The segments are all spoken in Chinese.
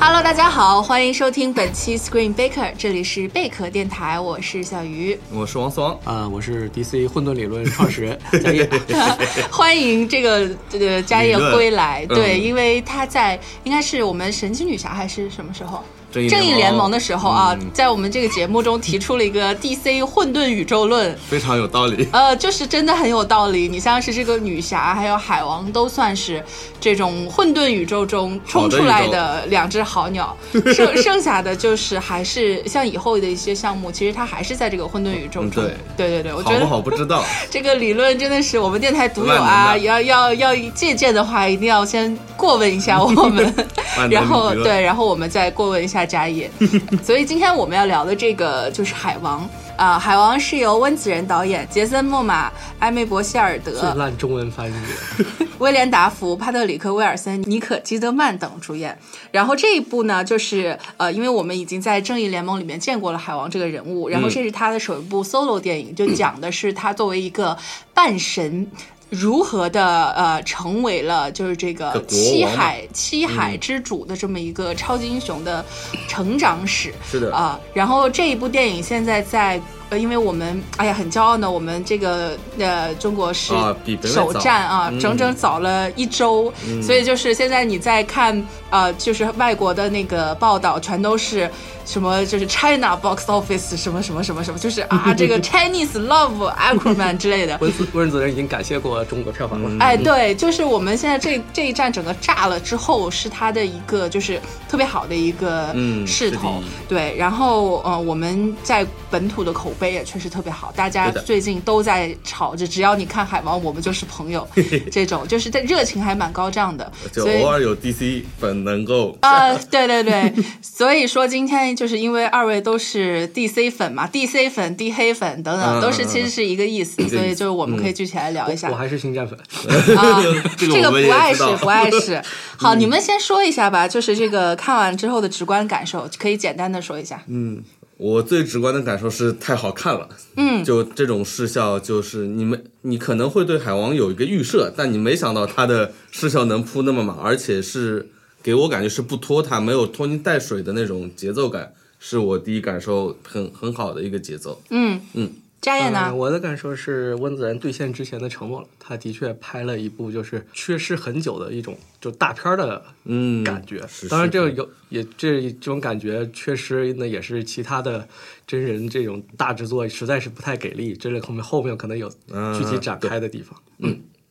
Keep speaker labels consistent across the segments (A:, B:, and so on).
A: Hello，大家好，欢迎收听本期 Screen Baker，这里是贝壳电台，我是小 鱼。
B: 我是王思王，
C: 啊、我是 DC 混沌理论创 始人哎嘉业。
A: 欢迎这个呃这个嘉业
B: 理论
A: 归来，对，
B: 嗯
A: 因为他在应该是我们神奇女侠还是什么时候？
B: 正义
A: 正义联盟的时候啊，
B: 嗯
A: 在我们这个节目中提出了一个 DC 混沌宇宙论，
B: 非常有道理。
A: 呃，就是真的很有道理。你像是这个女侠，还有海王，都算是这种混沌宇宙中冲出来的两只好鸟。剩剩下的就是还是像以后的一些项目，其实它还是在这个混沌宇宙中。
B: 嗯
A: 对对对 我觉
B: 好
A: 得
B: 不好不知 道，
A: 这个理论真的是我们电台独有啊！
B: 万能的
A: 要要要借鉴的话，一定要先过问一 下我们
B: 万能，理论
A: 然后对，然后我们再过问一下家 业。所以今天我们要聊的这个就是《海王》啊，海王》是由温子仁导演，杰森·莫玛、埃梅伯希尔
C: 最
A: 德、
C: 烂中文翻译，
A: 威廉·达福、帕特里克·威尔森、尼可基德曼等主演。然后这一部呢，就是呃，因为我们已经在《正义联盟》里面见过了海王这个人物，然后
B: 嗯
A: 这是他的首一部 solo 电影，就讲的是他作为一个半神。如何的呃，成为了就是这
B: 这
A: 个
B: 国王
A: 七
B: 嘛嗯
A: 海七海之主的这么一个超级英雄的成长史，
B: 是的
A: 啊、然后这一部电影现在在呃，因为我们哎呀很骄傲呢，我们这个呃中国是
B: 啊比北美
A: 首
B: 早
A: 站啊，
B: 嗯
A: 整整早了一周，所以就是现在你在看呃，就是外国的那个报道，全都是什么就是 China box office 什么什么什么什么，就是啊 这个 Chinese love Aquaman 之类的。
C: 温斯温子仁已经感谢过中国票房
B: 嗯
C: 了。
A: 哎，对，就是我们现在这这一站整个炸了之后，是它的一个就是特别好的一个
B: 嗯
A: 势
B: 是
A: 头
B: 的，
A: 对。然后呃，我们在本土的口碑也确实特别好，大家
B: 对的
A: 最近都在吵着，只要你看海王，我们就是朋友，这种就是在热情还蛮高涨的，
B: 就
A: 所以
B: 偶尔有 DC 粉能够
A: 啊，对对对，所以说今天就是因为二位都是 DC 粉嘛，DC 粉、地黑粉等等，
B: 嗯
A: 都是
B: 嗯
A: 其实是一个意思，
B: 一个
A: 所以
B: 意思嗯
A: 就是我们可以具体来聊一下。
C: 我还是星战粉，
A: 啊，
B: 这
A: 这
B: 个我们
A: 不碍
B: 也知
A: 事
B: 道，嗯
A: 不 碍事。好，你们先说一下吧，就是这个看完之后的直观感受，可以简单的说一下。
B: 嗯我最直观的感受是太好看了，嗯，就这种视效，就是你们你可能会对海王有一个预设，但你没想到它的视效能铺那么满，而且是给我感觉是不拖沓，没有拖泥带水的那种节奏感，是我第一感受很很好的一个节奏。
A: 嗯佳燕
C: 呃
A: 哎呢？
C: 我的感受是温子仁兑现之前的承诺了，他的确拍了一部就是缺失很久的一种就大片儿的
B: 嗯，
C: 感觉。
B: 是
C: 当然，
B: 是
C: 这个有也这这种感觉缺失，那也是其他的真人这种大制作实在是不太给力，这类后面后面可能有
B: 嗯
C: 具体展开的地方。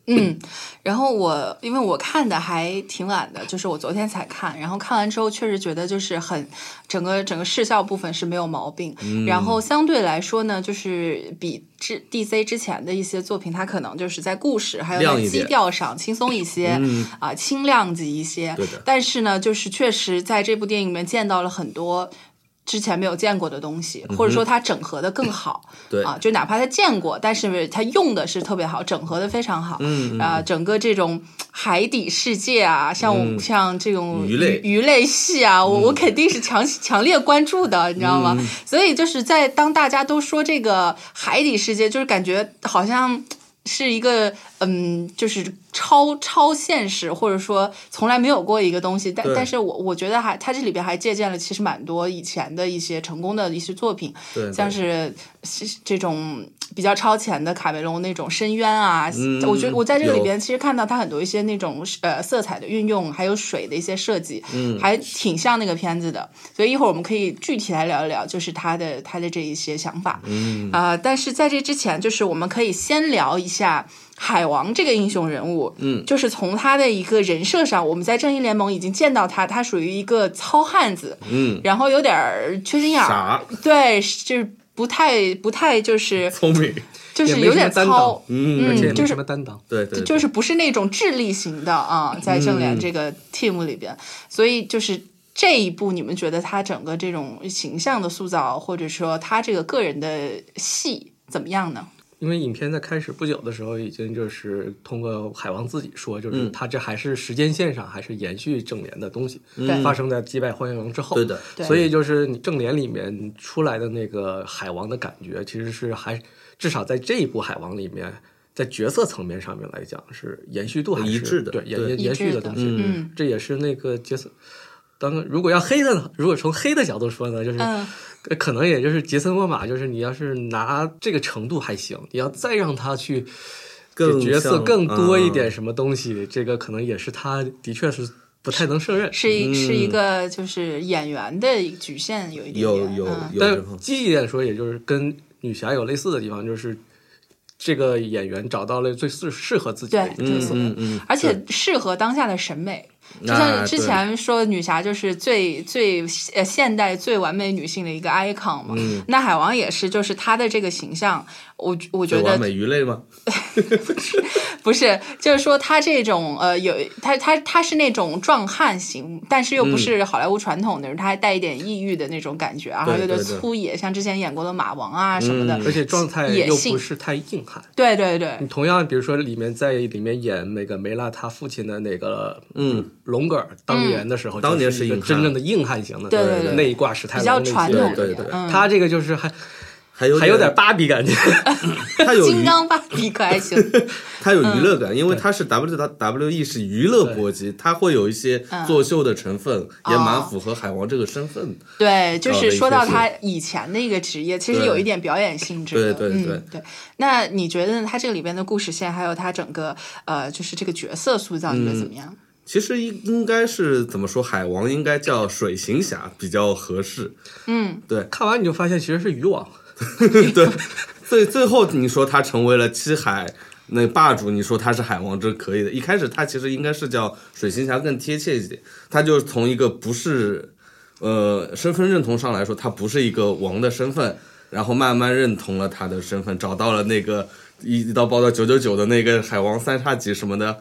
A: 嗯，然后我因为我看的还挺晚的，就是我昨天才看，然后看完之后确实觉得就是很整个整个视效部分是没有毛病，
B: 嗯
A: 然后相对来说呢，就是比之 DC 之前的一些作品，它可能就是在故事还有
B: 亮
A: 在
B: 一
A: 基
B: 点嗯
A: 调上轻松一些，啊、轻量级一些，
B: 对的
A: 但是呢，就是确实在这部电影里面见到了很多。之前没有见过的东西，
B: 嗯
A: 或者说它整合的更 好，
B: 对
A: 啊，就哪怕它见过，但是它用的是特别好，整合的非常好，
B: 嗯
A: 啊、整个这种海底世界啊，像、
B: 嗯
A: 像这种
B: 鱼类嗯
A: 鱼类系啊，我、我肯定是强强烈关注的，你知道吗？所以就是在当大家都说这个海底世界，就是感觉好像是一个嗯，就是超超现实，或者说从来没有过一个东西。但
B: 对
A: 但是我我觉得还它这里边还借鉴了其实蛮多以前的一些成功的一些作品，
B: 对，对
A: 像是是这种比较超前的卡梅隆那种深渊啊，
B: 嗯
A: 我觉得我在这个里
B: 有
A: 边其实看到他很多一些那种呃色彩的运用，还有水的一些设计，嗯，还挺像那个片子的。所以一会儿我们可以具体来聊一聊，就是他的他的这一些想法，嗯啊、但是在这之前，就是我们可以先聊一下。海王这个英雄人物，嗯，就是从他的一个人设上，我们在正义联盟已经见到他，他属于一个糙汉子，嗯，然后有点儿缺心眼儿，
B: 傻
A: 对，是就是不太不太就是
B: 聪明，
A: 就
C: 也
A: 是
C: 没
A: 有
C: 什么
A: 点
C: 担
A: 糙
C: 当，
B: 嗯
C: 而且也
A: 就
C: 没
A: 是
C: 什么担当。
B: 对对，对嗯
A: 就是不是那种智力型的啊，在正联这个 team 里边，所以就是这一步，你们觉得他整个这种形象的塑造，或者说他这个个人的戏怎么样呢？
C: 因为影片在开始不久的时候，已经就是通过海王自己
B: 嗯
C: 说，就是他这还是时间线上还是延续正联的东西，
A: 对
C: 发生在击败荒原狼之
B: 嗯
C: 后。
B: 对的
A: 对
C: 所以就是你正联里面出来的那个海王的感觉，其实是还至少在这一部海王里面，在角色层面上面来讲是延续度还是
B: 一致的
C: 对延
B: 对
C: 延延续的东西。
A: 嗯
C: 这也是那个杰森。当如果要黑的呢，如果从黑的角度说呢，就是、
A: 嗯
C: 呃可能也就是杰森沃玛，就是你要是拿这个程度还行，你要再让他去
B: 更
C: 角色
B: 像
C: 更多一
B: 嗯
C: 点什么东西，这个可能也是他的确是不太能胜任。
A: 是一是一个就是演员的局限有一点
B: 嗯有
A: 点，
B: 有
A: 嗯
B: 有
C: 但
B: 这
C: 是
B: 方
C: 积极一点说，也就是跟女侠有类似的地方，就是这个演员找到了最适适合自己的
A: 对
C: 角色。
B: 嗯嗯，
A: 而且适合当下的审美。就
B: 啊
A: 像之
B: 对
A: 前说，女侠就是最最呃现代最完美女性的一个 icon 嘛。
B: 嗯
A: 那海王也是，就是她的这个形象，我我觉
B: 对
A: 得
B: 完美鱼类吗？
A: 不是，就是说他这种呃，有他他他是那种壮汉型，但是
B: 嗯
A: 又不是好莱坞传统那种，他还带一点抑郁的那种感觉啊，然
B: 对
A: 后有点
B: 对嗯对
A: 粗野，像之前演过的马王啊什么的。
C: 而且状态
A: 野
C: 又
A: 性
C: 不是太硬汉。
A: 对对对
B: 嗯
C: 你同样，比如说里面在里面演那个梅拉她父亲的那个
B: 嗯
C: 龙格尔，当年的时候，
B: 当年
C: 是
B: 是
C: 一个
B: 硬汉
C: 真正的硬汉型
A: 嗯
C: 的，
A: 对对对
C: 那一挂史泰
A: 比较
C: 龙
A: 传
C: 那
A: 统
C: 些
A: 一
B: 对
A: 点
B: 对对
A: 嗯，
C: 他这个就是还
B: 还有
C: 还有点，芭比感觉，
B: 它有
A: 金
B: 娱
A: 刚芭比可爱型，
B: 它有娱乐
C: 嗯
B: 感，因为它是 W W E 是娱乐搏击，它会有一些作秀的成分，也蛮符合海王这个身份。
A: 对，就
B: 搞
A: 是
B: 的一
A: 说
B: 些
A: 到
B: 事
A: 他以前的一个职业，其实
B: 对
A: 有一点表演性质的。
B: 对对对
A: 嗯、对。那你觉得呢他这个里边的故事线，还有他整个呃，就是这个角色塑造，
B: 嗯
A: 你觉得怎么样？
B: 其实应应该是怎么说，海王应该叫水行侠比较合适。
C: 看完你就发现其实是渔网，
B: 对，最最后你说他成为了七海那霸主，你说他是海王，这是可以的。一开始他其实应该是叫水行侠更贴切一点，他就从一个不是呃身份认同上来说，他不是一个王的身份，然后慢慢认同了他的身份，找到了那个一一刀包到九九九的那个海王三叉戟什么的。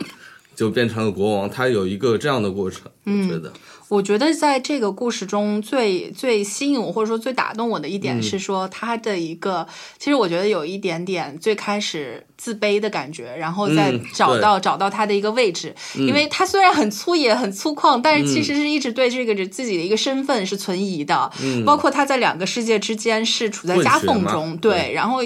B: 就变成了国王，他有一个这样的过程，我觉得，
A: 我觉得在这个故事中最最吸引我，或者说最打动我的一点
B: 嗯
A: 是说他的一个，其实我觉得有一点点最开始自卑的感觉，然后再
B: 嗯
A: 找
B: 对嗯
A: 到、找到他的一个位置，因为他虽然很粗野、很粗犷，但是其实是一直对这个自己的一个身份是存疑的，包括他在两个世界之间是处在
B: 嗯混
A: 夹
B: 血
A: 缝
B: 嘛
A: 中，
B: 对
A: 对，然后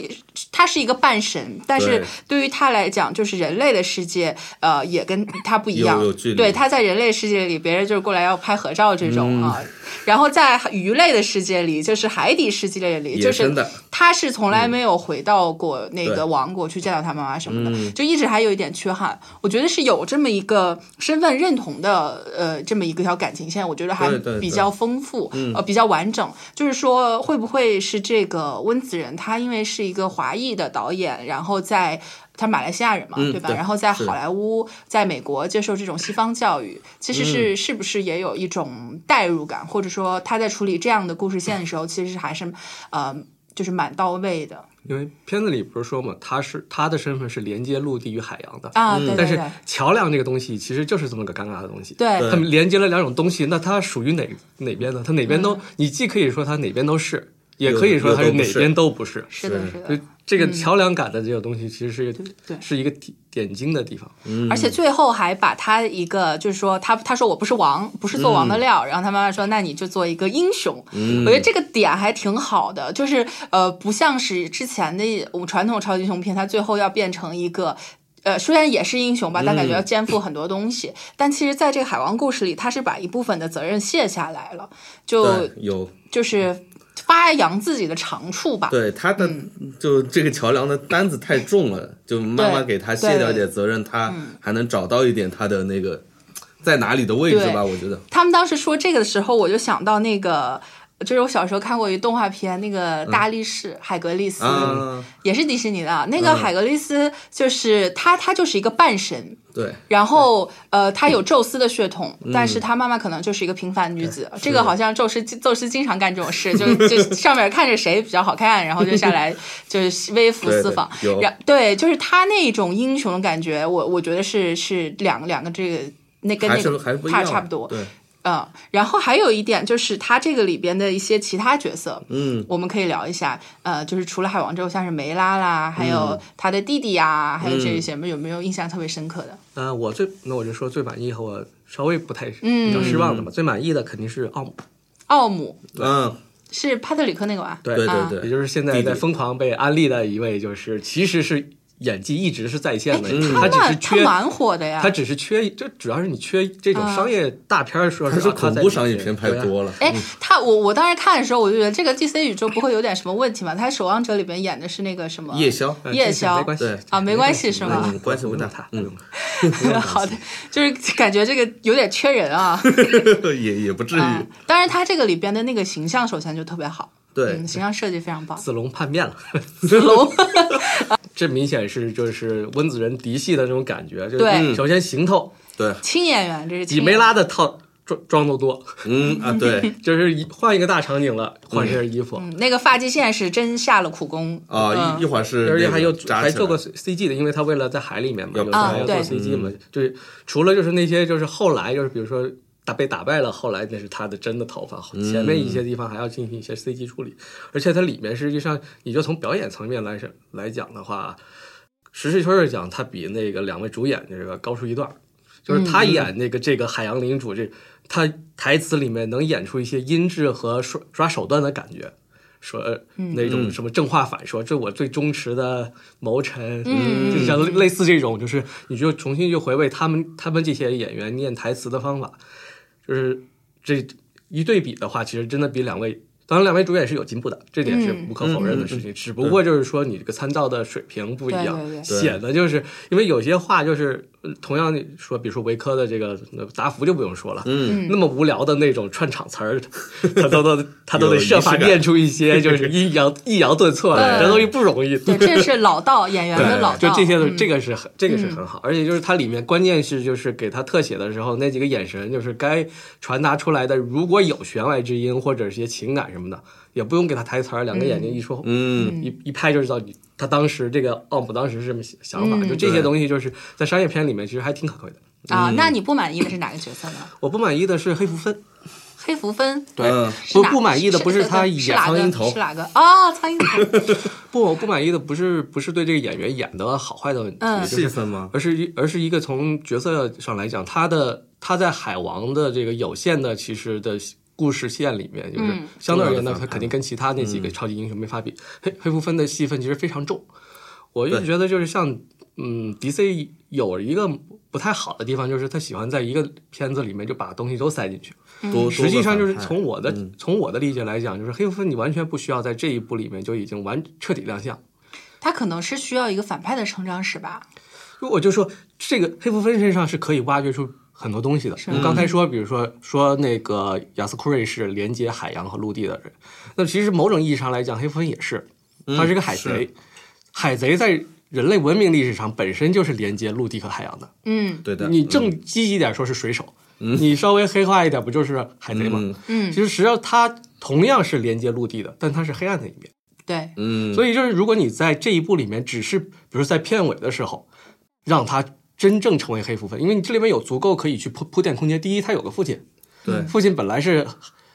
A: 他是一个半神，但是
B: 对
A: 对于他来讲，就是人类的世界，呃，也跟他不一样，
B: 有有距离
A: 对，他在人类世界里，别人就是过来要拍合照这种啊，
B: 嗯
A: 然后在鱼类的世界里，就是海底世界里，
B: 野
A: 就是
B: 生的
A: 他是从来没有回到过那
B: 对嗯
A: 个王国去见到他妈妈什么的，就一直还有一点缺憾。我觉得是有这么一个身份认同的，呃，这么一个条感情线，我觉得还
B: 对对对
A: 比较丰富，呃，比较完整。就是说，会不会是这个温子仁他因为是一个华裔的导演，然后在他马来西亚人嘛，
B: 嗯
A: 对吧？
B: 对
A: 然后在
B: 是
A: 好莱坞、在美国接受这种西方教育，其实是、是不是也有一种代入感，或者说他在处理这样的故事线的时候，其实还是呃，就是蛮到位的
C: 因为片子里不是说嘛，他是他的身份是连接陆地与海洋的，
A: 啊。对对
C: 但
A: 对
C: 是桥梁这个东西其实就是这么个尴尬的东西。
A: 对
C: 他们连接了两种东西，那它属于哪哪边呢？它哪边都，
A: 嗯
C: 你既可以说它哪边都是，也可以说它是哪边都不是。
A: 是的，是
C: 就
A: 的。
C: 这个桥梁感的这个东西，其实是一个
A: 嗯对
C: 是一个点点睛的地方。
A: 而且最后还把他一个，就是说他他说我不是王，不是做王的料，然后他妈妈说那你就做一个英雄。我觉得这个点还挺好的，就是呃，不像是之前的我们传统超级英雄片，他最后要变成一个。呃，虽然也是英雄吧，但感觉要肩负很多东西。但其实，在这个海王故事里，他是把一部分的责任卸下来了，就
B: 对，有
A: 就是发扬自己的长处吧。
B: 对他的、
A: 嗯
B: 就这个桥梁的担子太重了，就慢慢给他卸掉一
A: 对
B: 点责任，他还能找到一点他的那个在哪里的位置吧？我觉得
A: 他们当时说这个的时候，我就想到那个，就是我小时候看过一动画片，那个大力士、海格力斯、
B: 啊，
A: 也是迪士尼的啊。那个
B: 嗯
A: 海格力斯就是、他，他就是一个半神。
B: 对，嗯
A: 然后，呃，他有宙斯的血统，但是他妈妈可能就是一个平凡女子。这个好像宙斯，宙斯经常干这种事，就 就上面看着谁比较好看，然后就下来就是微服
B: 对
A: 私
B: 对
A: 访。
B: 有
A: 然对，就是他那种英雄的感觉，我我觉得是是两个两个这个那跟
B: 还
A: 那
B: 是
A: 个
B: 还是不一
A: 差
B: 样，
A: 差不多。
B: 对，
A: 嗯，然后还有一点就是他这个里边的一些其他角色，嗯，我们可以聊一下。呃，就是除了海王之后，像是梅拉啦，还有他的弟弟呀、还有这一些，有没有没有印象特别深刻的？
C: 呃，我最那我就说最满意和我稍微不太
A: 嗯
C: 比较失望的吧。最满意的肯定是奥姆，
A: 奥姆
B: 嗯，
A: 是帕特里克那个吧？
C: 对
B: 对
A: 啊
B: 对
C: 也
B: 对，
C: 就是现在
B: 弟弟
C: 在疯狂被安利的一位，就是其实是演技一直是在线的，
A: 哎他
C: 嗯只
A: 那
C: 是缺
A: 他蛮火的呀啊
C: 他。只是缺，这主要是你缺这种商业大片儿，说
B: 但是
C: 是
B: 恐怖商业片拍多
C: 了，
B: 了，
A: 哎，他我我当时看的时候，我就觉得这个 DC 宇宙不会有点什么问题吧？他《守望者》里边演的是那个什么
B: 夜宵。
C: 呃
A: 夜
C: 这
A: 宵
C: 没关系
B: 对
A: 啊没关系是吗
B: 嗯关系不大
C: 他，
B: 嗯
C: 嗯，
A: 好的，就是感觉这个有点缺人 啊。
B: 也也不至
A: 啊
B: 于。，
A: 当然他这个里边的那个形象首先就特别好，
B: 对
A: 嗯，，形象设计非常 棒。
C: 子龙叛 变了，
A: 子龙，
C: 这明显是就是温子仁嫡系的那种感觉，就是
A: 对
B: 嗯
C: 首先行头，
B: 对，
A: 青演员，这是青
C: 几梅
A: 演
C: 拉
A: 员
C: 的套装装的多，
B: 嗯啊， 对
C: 就是一换一个大场景了，换身衣服，
A: 嗯，那个发际线是真下了苦功
B: 啊，
A: 嗯
B: 一一会儿是
C: 而且
B: 那
C: 还有
B: 个嗯扎
C: 还
B: 起
C: 做
B: 来
C: 过 CG 的，因为他为了在海里面嘛，
B: 要
C: 有时
A: 啊
C: 候要做
A: 对
C: CG 嘛，就是除了就是那些就是后来就是比如说打被打败了，后来那是他的真的头发，前面一些地方还要进行一些 CG 处理，而且它里面实际上你就从表演层面来是来讲的话，实事求是讲，他比那个两位主演这个高出一段儿，就是他
A: 嗯
C: 演那个这个海洋领主这。他台词里面能演出一些音质和耍耍手段的感觉，说呃
A: 嗯
C: 那种什么正话反说，这我最忠实的谋臣，嗯，就像类似这种，就是你就重新去回味他们他们这些演员念台词的方法，就是这一对比的话，其实真的比两位。当然，两位主演是有进步的，这点是
A: 嗯
C: 无可否认的事情。只不过就是说，你这个参照的水平不一样，
A: 对对对
C: 显得就是因为有些话就是呃同样你说，比如说维科的这个呃答复就不用说了，嗯，那么无聊的那种串场词儿，他都都他都
B: 有
C: 得
B: 仪式
C: 设法
B: 感
C: 念出一些就是抑扬抑扬顿挫的，这东西不容易。
A: 对，这是老 道演员的老道，
C: 就这些，的，这个是很，这个是很好，而且就是它里面关键是就是给他特写的时候，那几个眼神就是该传达出来的，如果有弦外之音或者是一些情感什么的，也不用给他台词儿，两个眼睛一说，
B: 嗯，
C: 一一拍就知道你他当时这个奥姆当时是这么想法，就这些东西就是在商业片里面其实还挺可贵的。
A: 啊。
C: 嗯
A: 那你不满意的是哪个角色呢？
C: 我不满意的是黑福分，
A: 黑福分。
C: 对
B: 嗯
A: 是
C: 不
A: 哪
C: 不满意的不
A: 是
C: 他演
A: 是哪
C: 苍
A: 个
C: 蝇头
A: 是，哪个啊？苍蝇 头
C: 不我不满意的不是不是对这个演员演的好坏的问题，
A: 嗯
C: 就是
B: 气氛吗？
C: 而是一而是一个从角色上来讲，他的他在海王的这个有限的其实的故事线里面，就是
A: 嗯
C: 相对而
B: 重要
C: 言
B: 的
C: 呢
B: 反，
C: 他
B: 派嗯
C: 肯定跟其他那几个超级英雄没法比。黑黑蝠分的戏份其实非常重，我就觉得就是像嗯，DC 有一个不太好的地方，就是他喜欢在一个片子里面就把东西都塞进去。
A: 嗯
B: 多
C: 实际上就是
B: 多个反派嗯
C: 从我的、从我的理解来讲，就是黑蝠分你完全不需要在这一部里面就已经完彻底亮相。
A: 他可能是需要一个反派的成长史吧？
C: 我就说这个黑蝠分身上是可以挖掘出很多东西的。我们刚才说，比如说说那个亚斯库瑞是连接海洋和陆地的人，那其实某种意义上来讲，黑蝠分也是，他是个海贼。海贼在人类文明历史上本身就是连接陆地和海洋的。
A: 嗯
B: 对的，
C: 你正积极一点说是水手，你稍微黑化一点不就是海贼吗？
A: 嗯
C: 其实实际上它同样是连接陆地的，但它是黑暗的一面。
A: 对，
B: 嗯，
C: 所以就是，如果你在这一部里面只是，比如在片尾的时候，让他真正成为黑蝠分，因为你这里面有足够可以去铺铺垫空间。第一，他有个父亲，
B: 对
C: 父亲本来是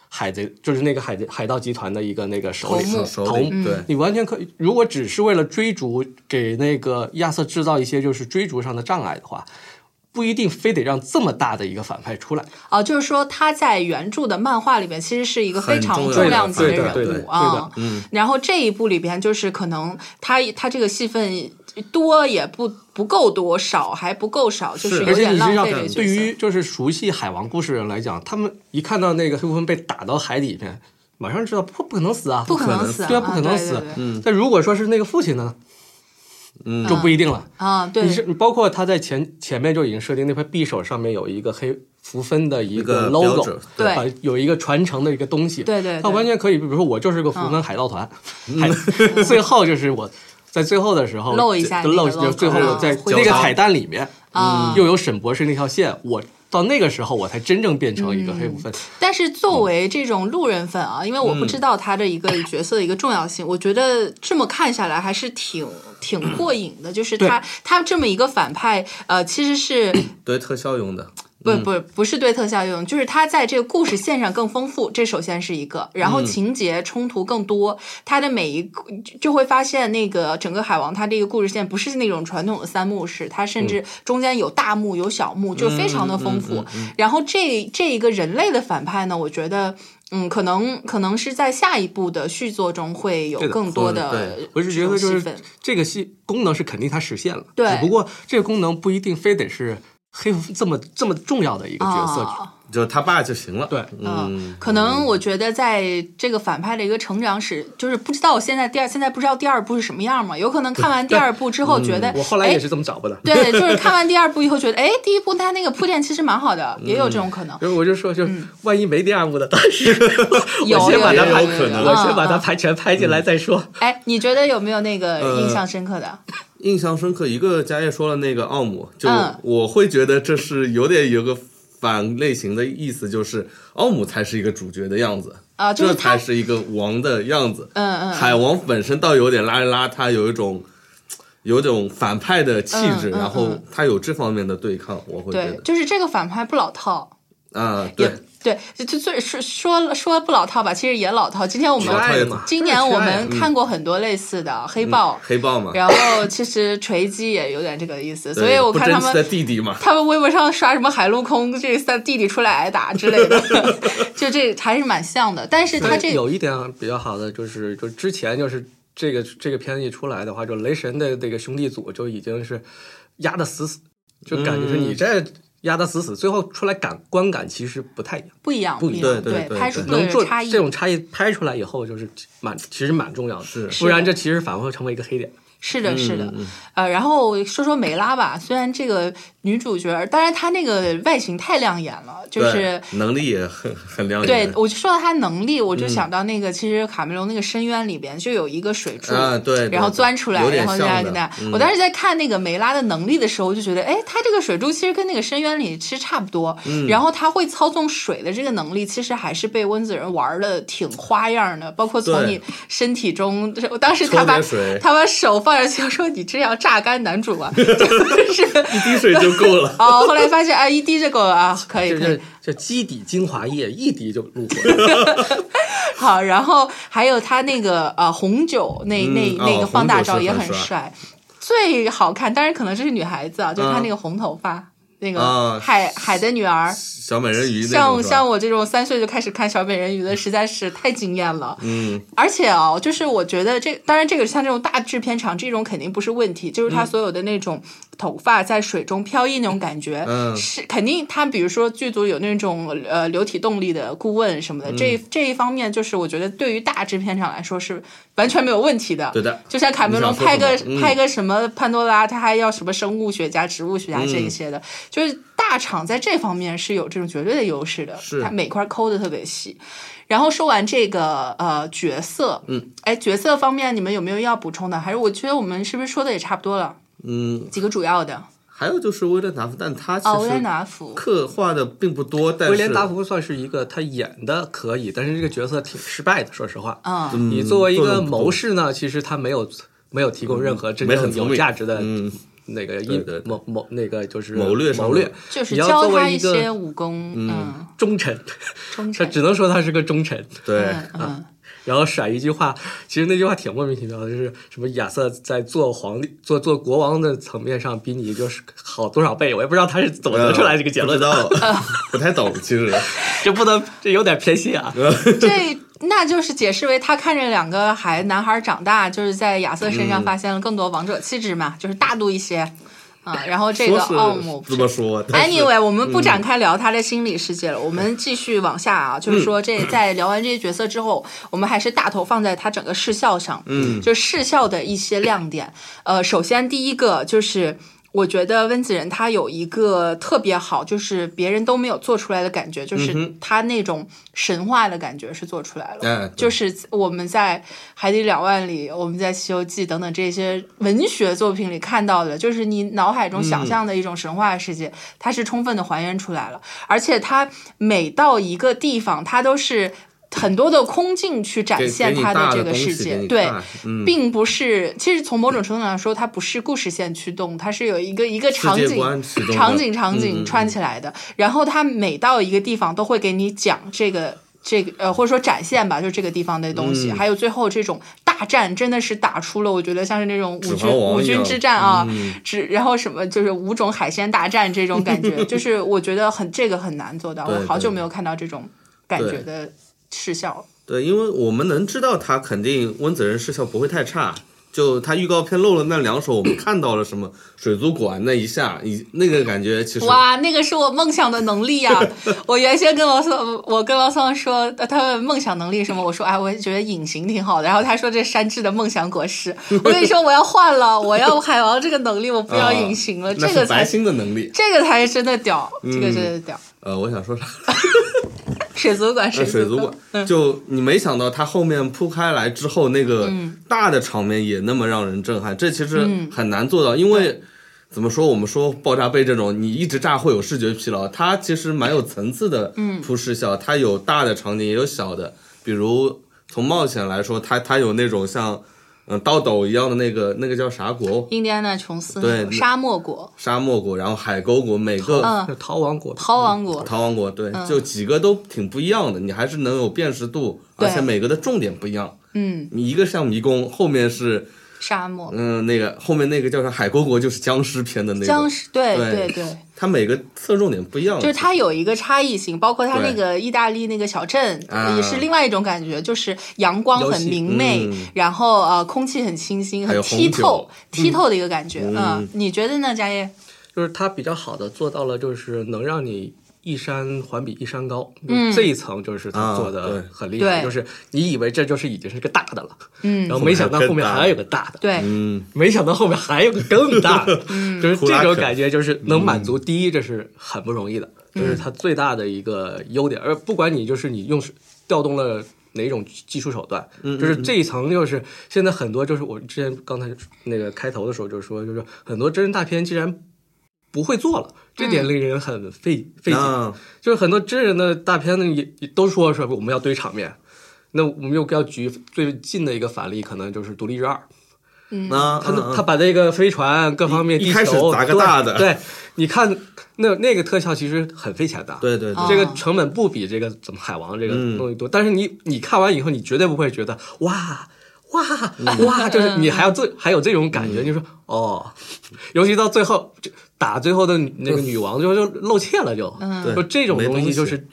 C: 海贼，就是那个海贼海盗集团的一个那个首领
A: 头目
B: 手
C: 头
B: 里
C: 目
A: 嗯
B: 对，
C: 你完全可以，如果只是为了追逐，给那个亚瑟制造一些就是追逐上的障碍的话，不一定非得让这么大的一个反派出来。
A: 哦，就是说他在原著的漫画里边其实是一个非常
B: 很
A: 重
B: 重
A: 量
B: 要的
A: 级
B: 对
A: 人
B: 的对的
A: 物
C: 对的
A: 啊。嗯，然后这一部里边就是可能他他这个戏份多也不不够多，少还不够少，就是
B: 是
A: 有
C: 而且
A: 点
C: 你
A: 浪
C: 知道
A: 费这个，角
C: 对
A: 色。
C: 于就是熟悉海王故事的人来讲，他们一看到那个黑蝠分被打到海底面，马上知道不不可能死啊，
A: 不可能
B: 能
A: 死
B: 死
A: 啊，
C: 对啊，不可能
A: 对
C: 死
A: 对。对
C: 嗯，但如果说是那个父亲呢，嗯，就不一定了。
A: 啊，对，
C: 你是你包括他在前前面就已经设定那块匕首上面有一个黑福分的一
B: 个标
C: logo，
B: 志
A: 对
C: 啊有一个传承的一个东西，
A: 对对对嗯
C: 他完全可以，比如说我就是个福分海盗团，海最后就是我在最后的时候
A: 露一下
C: 就
A: 那个
C: 露，
A: logo，
C: 就最后我在
A: 啊会
C: 那个
B: 交叉
C: 彩蛋里面
A: 啊
C: 嗯又有沈博士那条线，我到那个时候我才真正变成一个黑
A: 嗯
C: 福分，
A: 但是
C: 嗯
A: 作为这种路人粉啊，因为我不知道他的一个角色的一个重要性，我觉得这么看下来还是挺挺过瘾的。就是他他这么一个反派，呃，其实是
B: 对特效用的，
A: 不
C: 嗯
A: 不不是对特效用，就是它在这个故事线上更丰富，这首先是一个，然
C: 嗯
A: 后情节冲突更多，它的每一个就就会发现那个整个海王它这个故事线不是那种传统的三幕式，它甚
C: 嗯
A: 至中间有大幕
C: 嗯
A: 有小幕，就非常的丰富。然后这这一个人类的反派呢，我觉得。嗯，可能可能是在下一步的续作中会有
C: 对的
A: 更多
B: 或者
A: 的
B: 对
C: 我是觉得
A: 这
C: 就
A: 种戏
C: 是
A: 份
C: 这个戏功能是肯定它实现了，
A: 对
C: 只不过这个功能不一定非得是黑夫这么这么重要的一个角色。
A: 啊
B: 就他爸就行了。
C: 对
B: 嗯，
A: 可能我觉得在这个反派的一个成长史，就是不知道现在第二现在不知道第二部是什么样嘛，有可能看完第二部之后
B: 嗯
A: 觉得，
C: 我后来也
A: 哎
C: 是这么找不的。
A: 对，就是看完第二部以后觉得，哎，第一部他那个铺垫其实蛮好的，
B: 嗯
A: 也有这种可能。
C: 然后我就说，就万一没第二部的，当时
A: 嗯有
C: 我先把
B: 有
C: 它拍，
B: 有可能
C: 我先把它
A: 嗯嗯
C: 拍全拍进来再说。
A: 哎，你觉得有没有那个
B: 呃
A: 印象深刻的？
B: 印象深刻。一个佳叶说了那个奥姆，就
A: 嗯
B: 我会觉得这是有点有个反类型的意思，就是奥姆才是一个主角的样子
A: 啊就是
B: 这
A: 他
B: 才是一个王的样子。
A: 嗯嗯
B: 海王本身倒有点邋里邋遢，有一种有一种反派的气质，
A: 嗯嗯
B: 然后他有这方面的对抗，我会觉
A: 对，
B: 得
A: 就是这个反派不老套，
B: 啊，
A: 也
B: 对，
A: 对，就就最说说说不老套吧，其实也老套。今天我
B: 老
A: 们
B: 套
C: 爱
B: 也
C: 嘛，
A: 嗯今年我
C: 这是缺爱
A: 们
B: 嗯
C: 啊
A: 看过很多类似的黑豹，
B: 黑豹 嘛，
A: 然后其实锤击也有点这个意思，所以我
B: 不
A: 看
B: 真
A: 他
B: 实的
A: 们。
B: 弟弟嘛，
A: 他们微博上刷什么海陆空这三弟弟出来挨打之类的， 就这还是蛮像的。但是他
C: 但
A: 这
C: 有一点比较好的就是，就之前就是这个这个片子一出来的话，就雷神的这个兄弟组就已经是压得死死，就感觉是你这压得死死，最后出来感观感其实不太一样。
A: 不一样，
C: 不
A: 一
C: 一
A: 样，
B: 对对对
A: 拍出
B: 对
A: 各
C: 能做
A: 种差异
C: 这。种差异拍出来以后，就是蛮其实蛮重要的，
B: 是
C: 不然这其实反而会成为一个黑点。
A: 是的，是的，
B: 嗯
A: 呃，然后说说梅拉吧，虽然这个女主角，当然她那个外形太亮眼了，就是。
B: 对能力也很很亮
A: 对
B: 眼，。
A: 我就说到她能力，
B: 嗯
A: 我就想到那个，其实卡梅隆那个深渊里边就有一个水柱，
B: 啊对对
A: 然后钻出来，
B: 有点
A: 然后这样
B: 像的
A: 跟大家。
B: 嗯
A: 我当时在看那个梅拉的能力的时候，我就觉得，哎，她这个水柱其实跟那个深渊里其实差不多，
B: 嗯
A: 然后她会操纵水的这个能力，其实还是被温子仁玩的挺花样的，包括从
B: 对
A: 你身体中，我当时他把
B: 抽点水
A: 他把手放上去，我说你这要榨干男主啊， 就是
B: 滴水就够了。
A: 哦，后来发现哎，一滴就够了啊，可以
C: 就
A: 可以
C: 是。这基底精华液一滴就入魂了，
A: 好，然后还有他那个呃红酒那那
B: 嗯
A: 那
B: 哦
A: 个放大照
B: 红酒是
A: 也
B: 很
A: 很
B: 帅
A: 帅，最好看，当然可能这是女孩子啊，就是他那个红头发。那个
B: 嗯啊
A: 海海的女儿，
B: 小美人鱼那
A: 像
B: 种是吧
A: 像我这种三岁就开始看小美人鱼的，实在是太惊艳了。
B: 嗯，
A: 而且啊，就是我觉得这，当然这个像这种大制片厂这种肯定不是问题，就是
B: 嗯
A: 它所有的那种头发在水中飘逸那种感觉，
B: 嗯
A: 是肯定它比如说剧组有那种呃流体动力的顾问什么的，这
B: 嗯
A: 这一方面就是我觉得对于大制片厂来说是完全没有问题的，
B: 对的
A: 就像卡梅隆
B: 你想说
A: 拍个
B: 什么嗯
A: 拍个什么潘多拉，他还要什么生物学家、植物学家这一些的，就是大厂在这方面是有这种绝对的优势的，
B: 是
A: 它每块抠的特别细。然后说完这个呃角色，嗯，哎，角色方面你们有没有要补充的？还是我觉得我们是不是说的也差不多了？
B: 嗯，
A: 几个主要的
B: 还有就是威廉达夫，但他其
A: 啊，维兰
B: 实
A: 达福，
B: 刻画的并不多，但是
C: 威廉达福算是一个他演的可以，但是这个角色挺失败的，说实话。
A: 嗯，
B: 嗯
C: 你作为一
B: 作
C: 个
B: 用不多
C: 谋士呢，其实他没有没有提供任何真
B: 没
C: 正
B: 很聪
C: 有
B: 明
C: 价值的
B: 嗯
C: 那个
B: 对
C: 阴
B: 对对
C: 谋谋那个就是
B: 谋略上
C: 谋略
B: 的，
A: 就是
C: 你要
A: 教
C: 作
A: 他
C: 为
A: 一
C: 一个
A: 些武功，嗯，
C: 忠臣，
A: 忠
C: 他
A: 诚，
C: 只能说他是个忠臣。
B: 对
A: 嗯嗯，
C: 然后甩一句话，其实那句话挺莫名其妙的，就是什么亚瑟在做皇帝、做做国王的层面上比你就是好多少倍，我也不知道他是怎么得出来这个结论
B: 不知
C: 的，
B: 道，不太懂其实。
C: 这不能这有点偏心啊。
B: 嗯
A: 这那就是解释为他看着两个孩男孩长大，就是在亚瑟身上发现了更多王者气质嘛，就是大度一些啊、然后这
B: 说
A: 个哦
B: 是
A: 奥姆
B: 这么说但是
A: Anyway，我们嗯不展开聊他的心理世界了，我们继续往下啊，就是说这在聊完这些角色之后，我们还是大头放在他整个视效上，嗯，就视效的一些亮点。呃，首先第一个就是。我觉得温子仁他有一个特别好，就是别人都没有做出来的感觉，就是他那种神话的感觉是做出来了。
B: 哎对
A: 就是我们在《海底两万里》、我们在《西游记》等等这些文学作品里看到的，就是你脑海中
B: 嗯
A: 想象的一种神话世界，它是充分的还原出来了。而且它每到一个地方，它都是。很多的空镜去展
B: 给
A: 现
B: 给你
A: 它
B: 大
A: 这
B: 的
A: 个
B: 东
A: 世
B: 西
A: 界
B: 给，你
A: 对
B: 看，嗯
A: 并不是。其实从某种程度上说，它不是故事线驱动，它是有一个一个
B: 世
A: 场
B: 界
A: 景
B: 观驱动的
A: 场景场
B: 嗯嗯
A: 景
B: 嗯
A: 串起来的。然后它每到一个地方，都会给你讲这个。这个呃，或者说展现吧，就是这个地方的东西，
B: 嗯
A: 还有最后这种大战，真的是打出了我觉得像是那种五
B: 指
A: 军
B: 环王
A: 五
B: 一
A: 军
B: 样嗯
A: 之战啊，只然后什么就是五种海鲜大战这 种感觉，就是我觉得很这个很难做到，
B: 对
A: 我好久
B: 对
A: 没有看到这种感觉的视效。
B: 对，因为我们能知道他肯定温子仁视效不会太差。就他预告片漏了那两首，我 们看到了什么水族馆那一下，以那个感觉其实
A: 哇，那个是我梦想的能力呀、啊 我原先跟王松，我跟王松说呃他们梦想能力什么，我说哎，我觉得隐形挺好的。然后他说这山治的梦想果实，我跟你说我要换 了，我要海王这个能力，我不要隐形了，
B: 啊
A: 这
B: 那
A: 个
B: 是
A: 才
B: 白星的能力。
A: 这个才是真的屌，这个真的屌。
B: 呃，我想说啥？
A: 水族馆，
B: 呃
A: 族
B: 水族馆，就你没想到他后面铺开来之后，那个大的场面也那么让人震撼，这其实很难做到，因为。怎么说？我们说爆炸杯这种，你一直炸会有视觉疲劳。它其实蛮有层次的铺视效，它有大的场景，也有小的。比如从冒险来说，它它有那种像嗯倒斗一样的那个那个叫啥国
A: 印第安纳琼斯
B: 对
A: 那个沙漠国、
B: 沙漠国，然后海沟国，每个
A: 嗯
C: 就逃亡国，
A: 逃亡国，
B: 逃亡国，对，
A: 嗯
B: 就几个都挺不一样的，你还是能有辨识度，
A: 对
B: 而且每个的重点不一样。
A: 嗯，
B: 你一个像迷宫，后面是
A: 沙漠、
B: 嗯那个后面那个叫啥海沟国，就是僵尸片的那
A: 僵
B: 个，
A: 尸，对对
B: 对
A: 对，
B: 它每个侧重点不一样。
A: 就是它有一个差异性，包括它那
B: 对
A: 个意大利那个小镇
B: 啊
A: 也是另外一种感觉，就是阳光
C: 游
A: 很
C: 戏
A: 明媚，
B: 嗯
A: 然后呃空气很清新，
B: 还
A: 很
B: 有
A: 剔
B: 红酒
A: 透剔透的一个感觉。嗯
B: 嗯，
A: 你觉得呢，佳叶？
C: 就是它比较好的做到了，就是能让你一山还比一山高，嗯这一层就是它做
B: 啊
C: 的
B: 对
C: 很厉害，
A: 对
C: 就是你以为这就是已经是个大的了，
A: 嗯
C: 然后没想到后面还有个大的，
A: 对，
B: 嗯，
C: 没想到后面还有个更大的，就是这种感觉，就是能满足第一，这是很不容易的，这是它最大的一个优点。而不管你就是你用是调动了哪种技术手段，就是这一层，就是现在很多就是我之前刚才那个开头的时候就是说，就是很多真人大片竟然不会做了，这点令人很费费解。
B: 那
C: 就是很多真人的大片呢，也也都说是我们要堆场面。那我们又要举最近的一个反例，可能就是《独立日二》，
B: 那
C: 他
B: 嗯嗯
C: 他把这个飞船各方面
B: 一
C: 地球
B: 一开始砸个大的
C: 对，对你看那那个特效其实很费钱的，，
B: 对对对
A: 啊
C: 这个成本不比这个怎么海王这个
B: 嗯
C: 东西多，但是你你看完以后，你绝对不会觉得哇。哇
B: 嗯
C: 哇！就是你还要这还有这种感觉，你说哦，尤其到最后就打最后的女那个女王，最后就露怯了就，
B: 对
C: 就这种
B: 没
C: 东
B: 东
C: 西
B: 西
C: 就是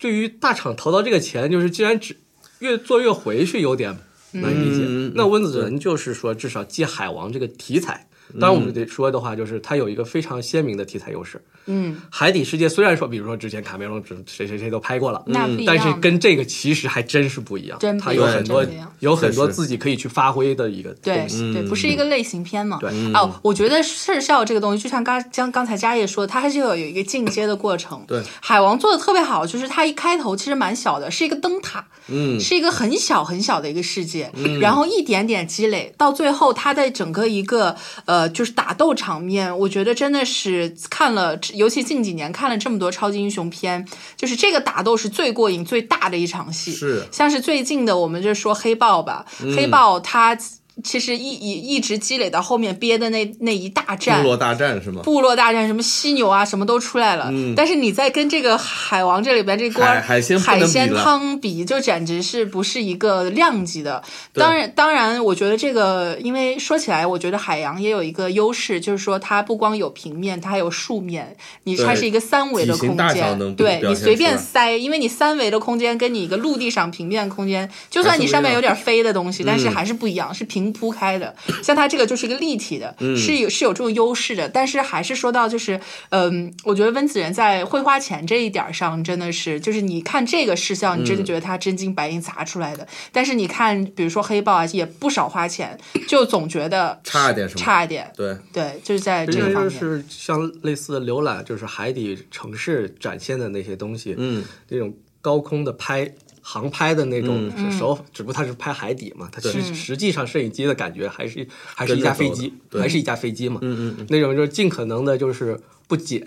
C: 对于大厂投到这个钱，就是既然只越做越回去，有点难理
B: 嗯
C: 解。
B: 嗯嗯
C: 那温子仁就是说，至少借海王这个题材，当然我们得说的话，就是它有一个非常鲜明的题材优势。
A: 嗯，
C: 海底世界虽然说，比如说之前卡梅隆只谁谁谁都拍过了，嗯
A: 那不一样
C: 但是跟这个其实还真是不一样
A: 真，不
C: 它
A: 一
C: 有
A: 样
C: 很多
A: 真不一样
C: 有很多
B: 确实
C: 自己可以去发挥的一个
A: 对
C: 东西。
B: 嗯
A: 对，不是一个类型片嘛。
C: 对
A: 哦，我觉得视效这个东西，就像刚刚刚才佳叶说，它还是有有一个进阶的过程。
B: 对，
A: 海王做的特别好，就是它一开头其实蛮小的，是一个灯塔，嗯，是一个很小很小的一个世界，然后一点点积累，到最后它的整个一个呃就是打斗场面，我觉得真的是看了，尤其近几年看了这么多超级英雄片，就是这个打斗是最过瘾、最大的一场戏。
B: 是嗯
A: 像是最近的，我们就说黑豹吧，黑豹它其实一一一直积累到后面憋的那那一大
B: 部
A: 战。
B: 落大战是吗？嗯
A: 部落大战，什么犀牛啊，什么都出来了。但是你在跟这个海王这里边这锅
B: 海海鲜不能比
A: 海
B: 了
A: 鲜汤比，就简直是不是一个量级的。当然，当然，我觉得这个，因为说起来，我觉得海洋也有一个优势，就是说它不光有平面，它还有竖面，你
B: 对
A: 它是一个三维的
B: 体型
A: 空
B: 大小
A: 间，
B: 能
A: 对
B: 表
A: 你
B: 现
A: 随
B: 出
A: 便
B: 来
A: 塞，因为你三维的空间跟你一个陆地上平面空间，就算
B: 还是
A: 你
B: 不
A: 上面
B: 一
A: 有
B: 样
A: 点飞的东西，但是
B: 嗯
A: 还是不一样，是平铺开的。像它这个就是一个立体的，
B: 嗯
A: 是有是有这种优势的。但是还是说到就是，嗯，我觉得温子仁在绘画钱这一点儿上真的是，就是你看这个视效，你
B: 嗯
A: 真的觉得他真金白银砸出来的。但是你看，比如说黑豹啊，也不少花钱，就总觉得
B: 差一点什么
A: 差一点。
B: 对，
A: 对，就是在
C: 实际
A: 这
C: 上
A: 个方
C: 就
A: 面。
C: 是像类似的浏览，就是海底城市展现的那些东西，
B: 嗯，
C: 那种高空的拍航拍的那种
B: 嗯
C: 手法，只不过它是拍海底嘛，它其实实际上摄影机的感觉还是还是一架飞机
B: 跟着走，的对
C: 还是一架飞机嘛，嗯嗯，那种就是尽可能的就是不剪，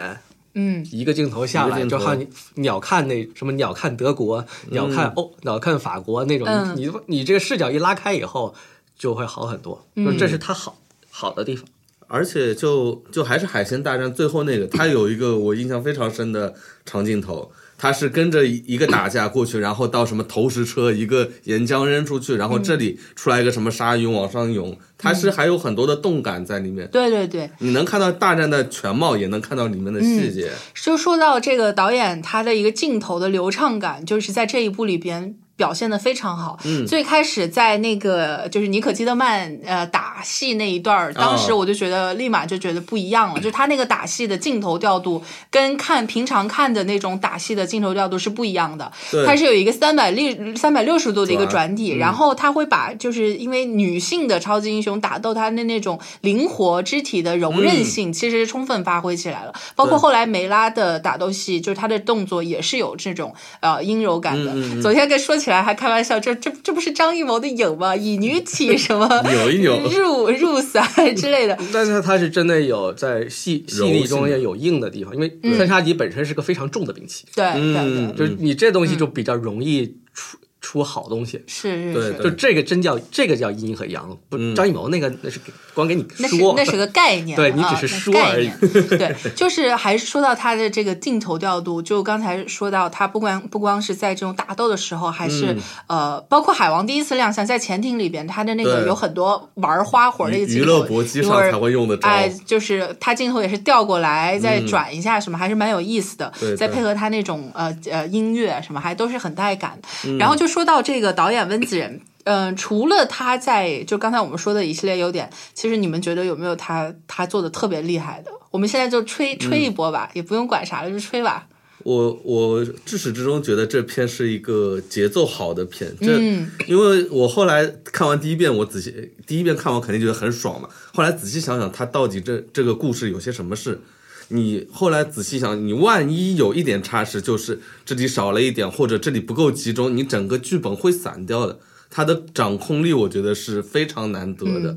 A: 嗯，
C: 一个镜头下
B: 一个
C: 来，
B: 镜
C: 就
B: 头嗯
C: 好像你鸟看那什么鸟看德国，鸟看哦，鸟看法国那种，
A: 嗯
C: 你你这个视角一拉开以后就会好很多，
A: 嗯
C: 就这是它好好的地方。
B: 嗯而且就就还是海鲜大战最后那个，它有一个我印象非常深的长镜头，他是跟着一个打架过去，然后到什么投石车，一个岩浆扔出去，然后这里
C: 嗯
B: 出来一个什么鲨鱼往上涌，它是还有很多的动感在里面。
A: 对对对，
B: 你能看到大战的全貌，也能看到里面的细
C: 嗯
B: 节。
A: 就说到这个导演他的一个镜头的流畅感，就是在这一部里边。表现的非常好。嗯，最开始在那个就是尼可基德曼呃打戏那一段儿，当时我就觉得立马就觉得不一样了，就是他那个打戏的镜头调度跟看平常看的那种打戏的镜头调度是不一样的。
B: 对嗯
A: 它是有一个三百六三百六十度的一个
B: 转
A: 转体，然后他会把就是因为女性的超级英雄打斗，她的那种灵活肢体的柔韧性
B: 嗯
A: 其实充分发挥起来了。包括后来梅拉的打斗戏，就是她的动作也是有这种呃阴柔感
B: 嗯
A: 的。昨天跟说起来还开玩笑，这这这不是张艺谋的影吗？以女体什 么
B: 扭一扭
A: 入入伞之类的，
C: 但是它是真的有在细细
B: 柔
C: 腻
B: 性
C: 中也有硬的地方，因
A: 嗯
C: 为三叉戟本身是个非常重的兵器，
A: 对对对
B: 嗯，
C: 就是你这东西就比较容易出出好东西。
A: 是是
B: 对
A: 是，
B: 对
C: 就这个真叫这个叫阴和阳，不，
B: 嗯
C: 张艺谋那个那是给光给你
A: 那是
C: 说，
A: 那是个概念，
C: 对你
A: 啊
C: 只是
A: 那
C: 说
A: 概
C: 而已
A: 念对， 就是还是说到他的这个镜头调度，就刚才说到他不光不光是在这种打斗的时候，还是、
B: 嗯
A: 呃，包括海王第一次亮相在潜艇里边，他的那个
B: 对
A: 有很多玩花活的一个
B: 娱
A: 镜头
B: 娱乐搏击上才会用得着。
A: 哎，就是他镜头也是调过来再转一下什么，还是蛮有意思的。
B: 对对
A: 再配合他那种呃呃音乐什么，还都是很带感。然后就说到这个导演温子仁。嗯、除了他在就刚才我们说的一系列优点，其实你们觉得有没有他他做的特别厉害的？我们现在就吹吹一波吧，也不用管啥了，就吹吧。
B: 我我至始至终觉得这片是一个节奏好的片，这、因为我后来看完第一遍，我仔细第一遍看完肯定觉得很爽嘛，后来仔细想想，它到底这这个故事有些什么事？你后来仔细想，你万一有一点差池，就是这里少了一点，或者这里不够集中，你整个剧本会散掉的。它的掌控力，我觉得是非常难得
A: 嗯
B: 的，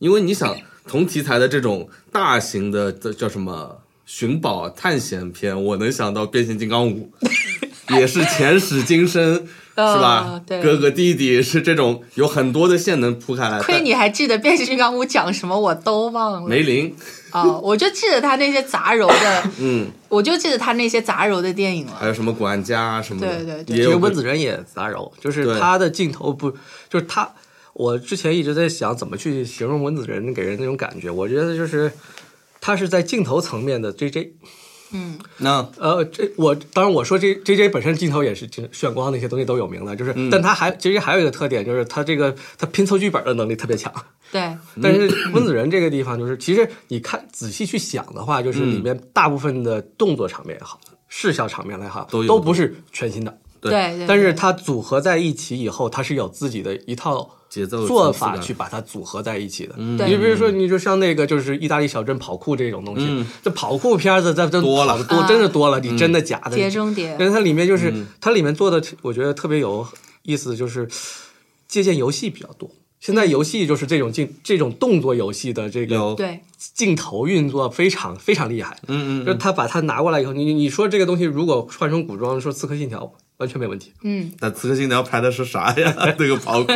B: 因为你想同题材的这种大型的这叫什么寻宝探险片，我能想到《变形金刚 五》，也是前世今生，是吧
A: 哦？对
B: 哥哥弟弟是这种有很多的线能铺开来，
A: 亏你还记得《变形金刚五》讲什么，我都忘了。
B: 梅林，
A: 啊、我就记得他那些杂糅的，嗯，我就记得他那些杂糅的电影了。
B: 还有什么管家啊什么的，
A: 对对对
B: 也
C: 这
B: 有
C: 个
B: 各
C: 温子仁也杂糅，就是
B: 对
C: 他的镜头不，就是他，我之前一直在想怎么去形容温子仁给人那种感觉，我觉得就是他是在镜头层面的 J J，
B: 那
C: 呃，这我当然我说 J J J 本身镜头也是这炫光那些东西都有名的，就是，
B: 嗯
C: 但他还 J J 还有一个特点就是他这个他拼凑剧本的能力特别强，
A: 对，
B: 嗯
C: 但是温子仁这个地方就是，其实你看仔细去想的话，就是
B: 嗯
C: 里面大部分的动作场面也好，视效场面也好，
B: 都有
C: 都不是全新的。
B: 对
A: 对对，
C: 但是
A: 对
C: 它组合在一起以后，它是有自己的一套
B: 节奏
C: 做法
B: 层次
C: 去
B: 感嗯
C: 把它组合在一起的。
A: 对
C: 你比如说，你就像那个就是意大利小镇跑酷这种东西，这跑酷片儿子在这
B: 嗯多了嗯
C: 跑得多
A: 啊
C: 真的多了，你真的假的？
A: 碟中谍
C: 因为它里面就是它里面做的，我觉得特别有意思，就是借鉴游戏比较多。现在游戏就是这种镜这种动作游戏的这个
B: 有
A: 对
C: 镜头运作非常非常厉害，嗯嗯，就是他把它拿过来以后，你你你说这个东西如果换成古装，说《刺客信条》完全没问题，
B: 那刺客信条拍的是啥呀？ 那个跑酷，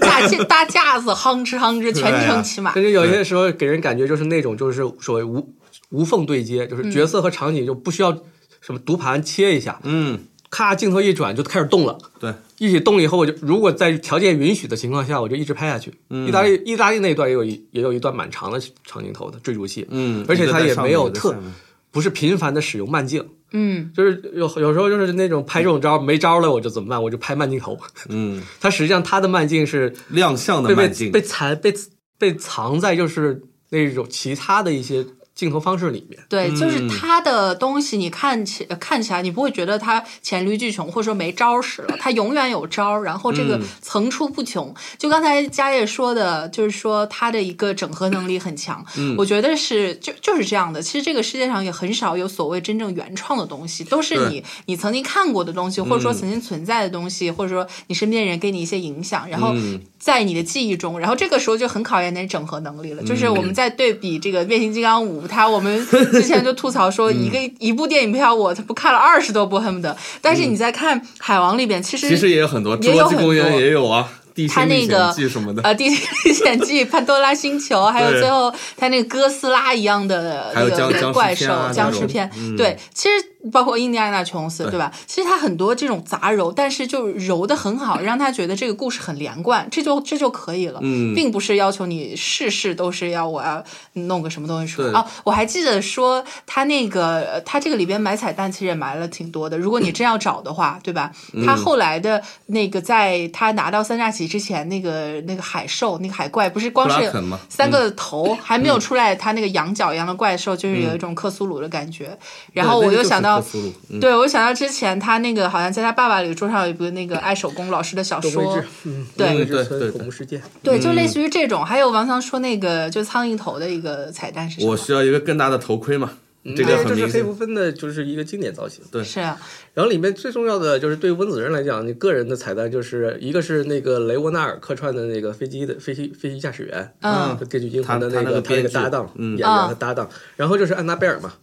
A: 大架大架子夯哧夯哧，全程骑马
C: 但，是有些时候给人感觉就是那种就是所谓无无缝对接，就是角色和场景就不需要什么读盘切一下，
B: 嗯，
C: 咔镜头一转就开始动了。
B: 对，
C: 一起动了以后，我就如果在条件允许的情况下，我就一直拍下去。
B: 嗯
C: 意大利意大利那段也有一也有一段蛮长的长镜头的追逐戏，
B: 嗯
C: 而且它也没有
B: 一个在上面一个在
C: 特
B: 下面
C: 不是频繁的使用慢镜，
A: 嗯，
C: 就是有有时候就是那种拍这种招没招了，我就怎么办？我就拍慢镜头。
B: 嗯，
C: 它实际上它的慢镜是
B: 亮相的
C: 被
B: 慢
C: 被
B: 镜
C: 被，藏被被藏在就是那种其他的一些镜头方式里面。
A: 对，就是他的东西，你看起看起来你不会觉得他黔驴技穷，或者说没招儿使了，他永远有招儿，然后这个层出不穷。就刚才佳叶说的，就是说他的一个整合能力很强，我觉得是就就是这样的。其实这个世界上也很少有所谓真正原创的东西，都是
B: 对嗯
A: 你你曾经看过的东西，或者说曾经存在的东西，或者说你身边人给你一些影响，然后
B: 嗯
A: 在你的记忆中，然后这个时候就很考验你的整合能力了。
B: 嗯
A: 就是我们在对比这个《变形金刚五》，它我们之前就吐槽
B: 嗯
A: 说，一个一部电影票我他不看了二十多部恨不得，但是你在看《海王》里边，其实
B: 嗯其实也有很多，侏
A: 也有
B: 罗纪
A: 很
B: 公园
A: 多
B: 也有啊，地
A: 它
B: 心
A: 那
B: 历
A: 个
B: 险记什么的，
A: 啊，《地心历险记》《潘多拉星球》，还有
B: 对
A: 最后他那个哥斯拉一样的
B: 还
A: 那
B: 有僵
A: 个
B: 僵尸
A: 怪
B: 片
A: 兽
B: 啊
A: 僵尸
B: 那种
A: 片，对，其实包括印第安纳琼斯，对吧？其实他很多这种杂糅，但是就揉的很好，让他觉得这个故事很连贯，这就这就可以了，
B: 嗯
A: 并不是要求你事事都是要我要弄个什么东西出来
B: 对
A: 哦。我还记得说他那个呃他这个里边埋彩蛋其实也埋了挺多的，如果你真要找的话，对吧？
B: 嗯
A: 他后来的那个在他拿到三叉戟之前，那个那个海兽那个海怪不是光
B: 布
A: 是
B: 拉肯吗
A: 三个头还
B: 嗯
A: 没有出来，他那个羊角一样的怪兽，就是有一种克苏鲁的感觉。然后
B: 对
A: 我
B: 那个
A: 又
B: 就是
A: 想到
B: 克，苏鲁嗯
A: 对我想到之前他那个好像在他爸爸里桌上有一部那个爱手工老师的小
C: 东
A: 说
C: 未知，， 嗯，
A: 对
C: 东未
B: 对
C: 知
B: 对
C: 村恐
B: 对
C: 怖事件，
A: 对，就类似于这种。还有王强说那个就苍蝇头的一个彩蛋是什
B: 我
A: 么？
B: 需要一个更大的头盔嘛，这个
C: 个就
B: 很
C: 是
B: 明
C: 黑
B: 显
C: 不。分的，就是一个经典造型。
B: 对
A: 是啊，
C: 然后里面最重要的就是对温子仁来讲，你个人的彩蛋就是一个是那个雷沃纳尔客串的那个飞机的飞机飞机驾驶员，啊
A: 嗯，
C: 根据惊魂的
B: 他他那
C: 个
B: 个
C: 他
B: 编
C: 那个
B: 剧
C: 搭档
B: 嗯
C: 演员和搭档，然后就是安娜贝尔嘛，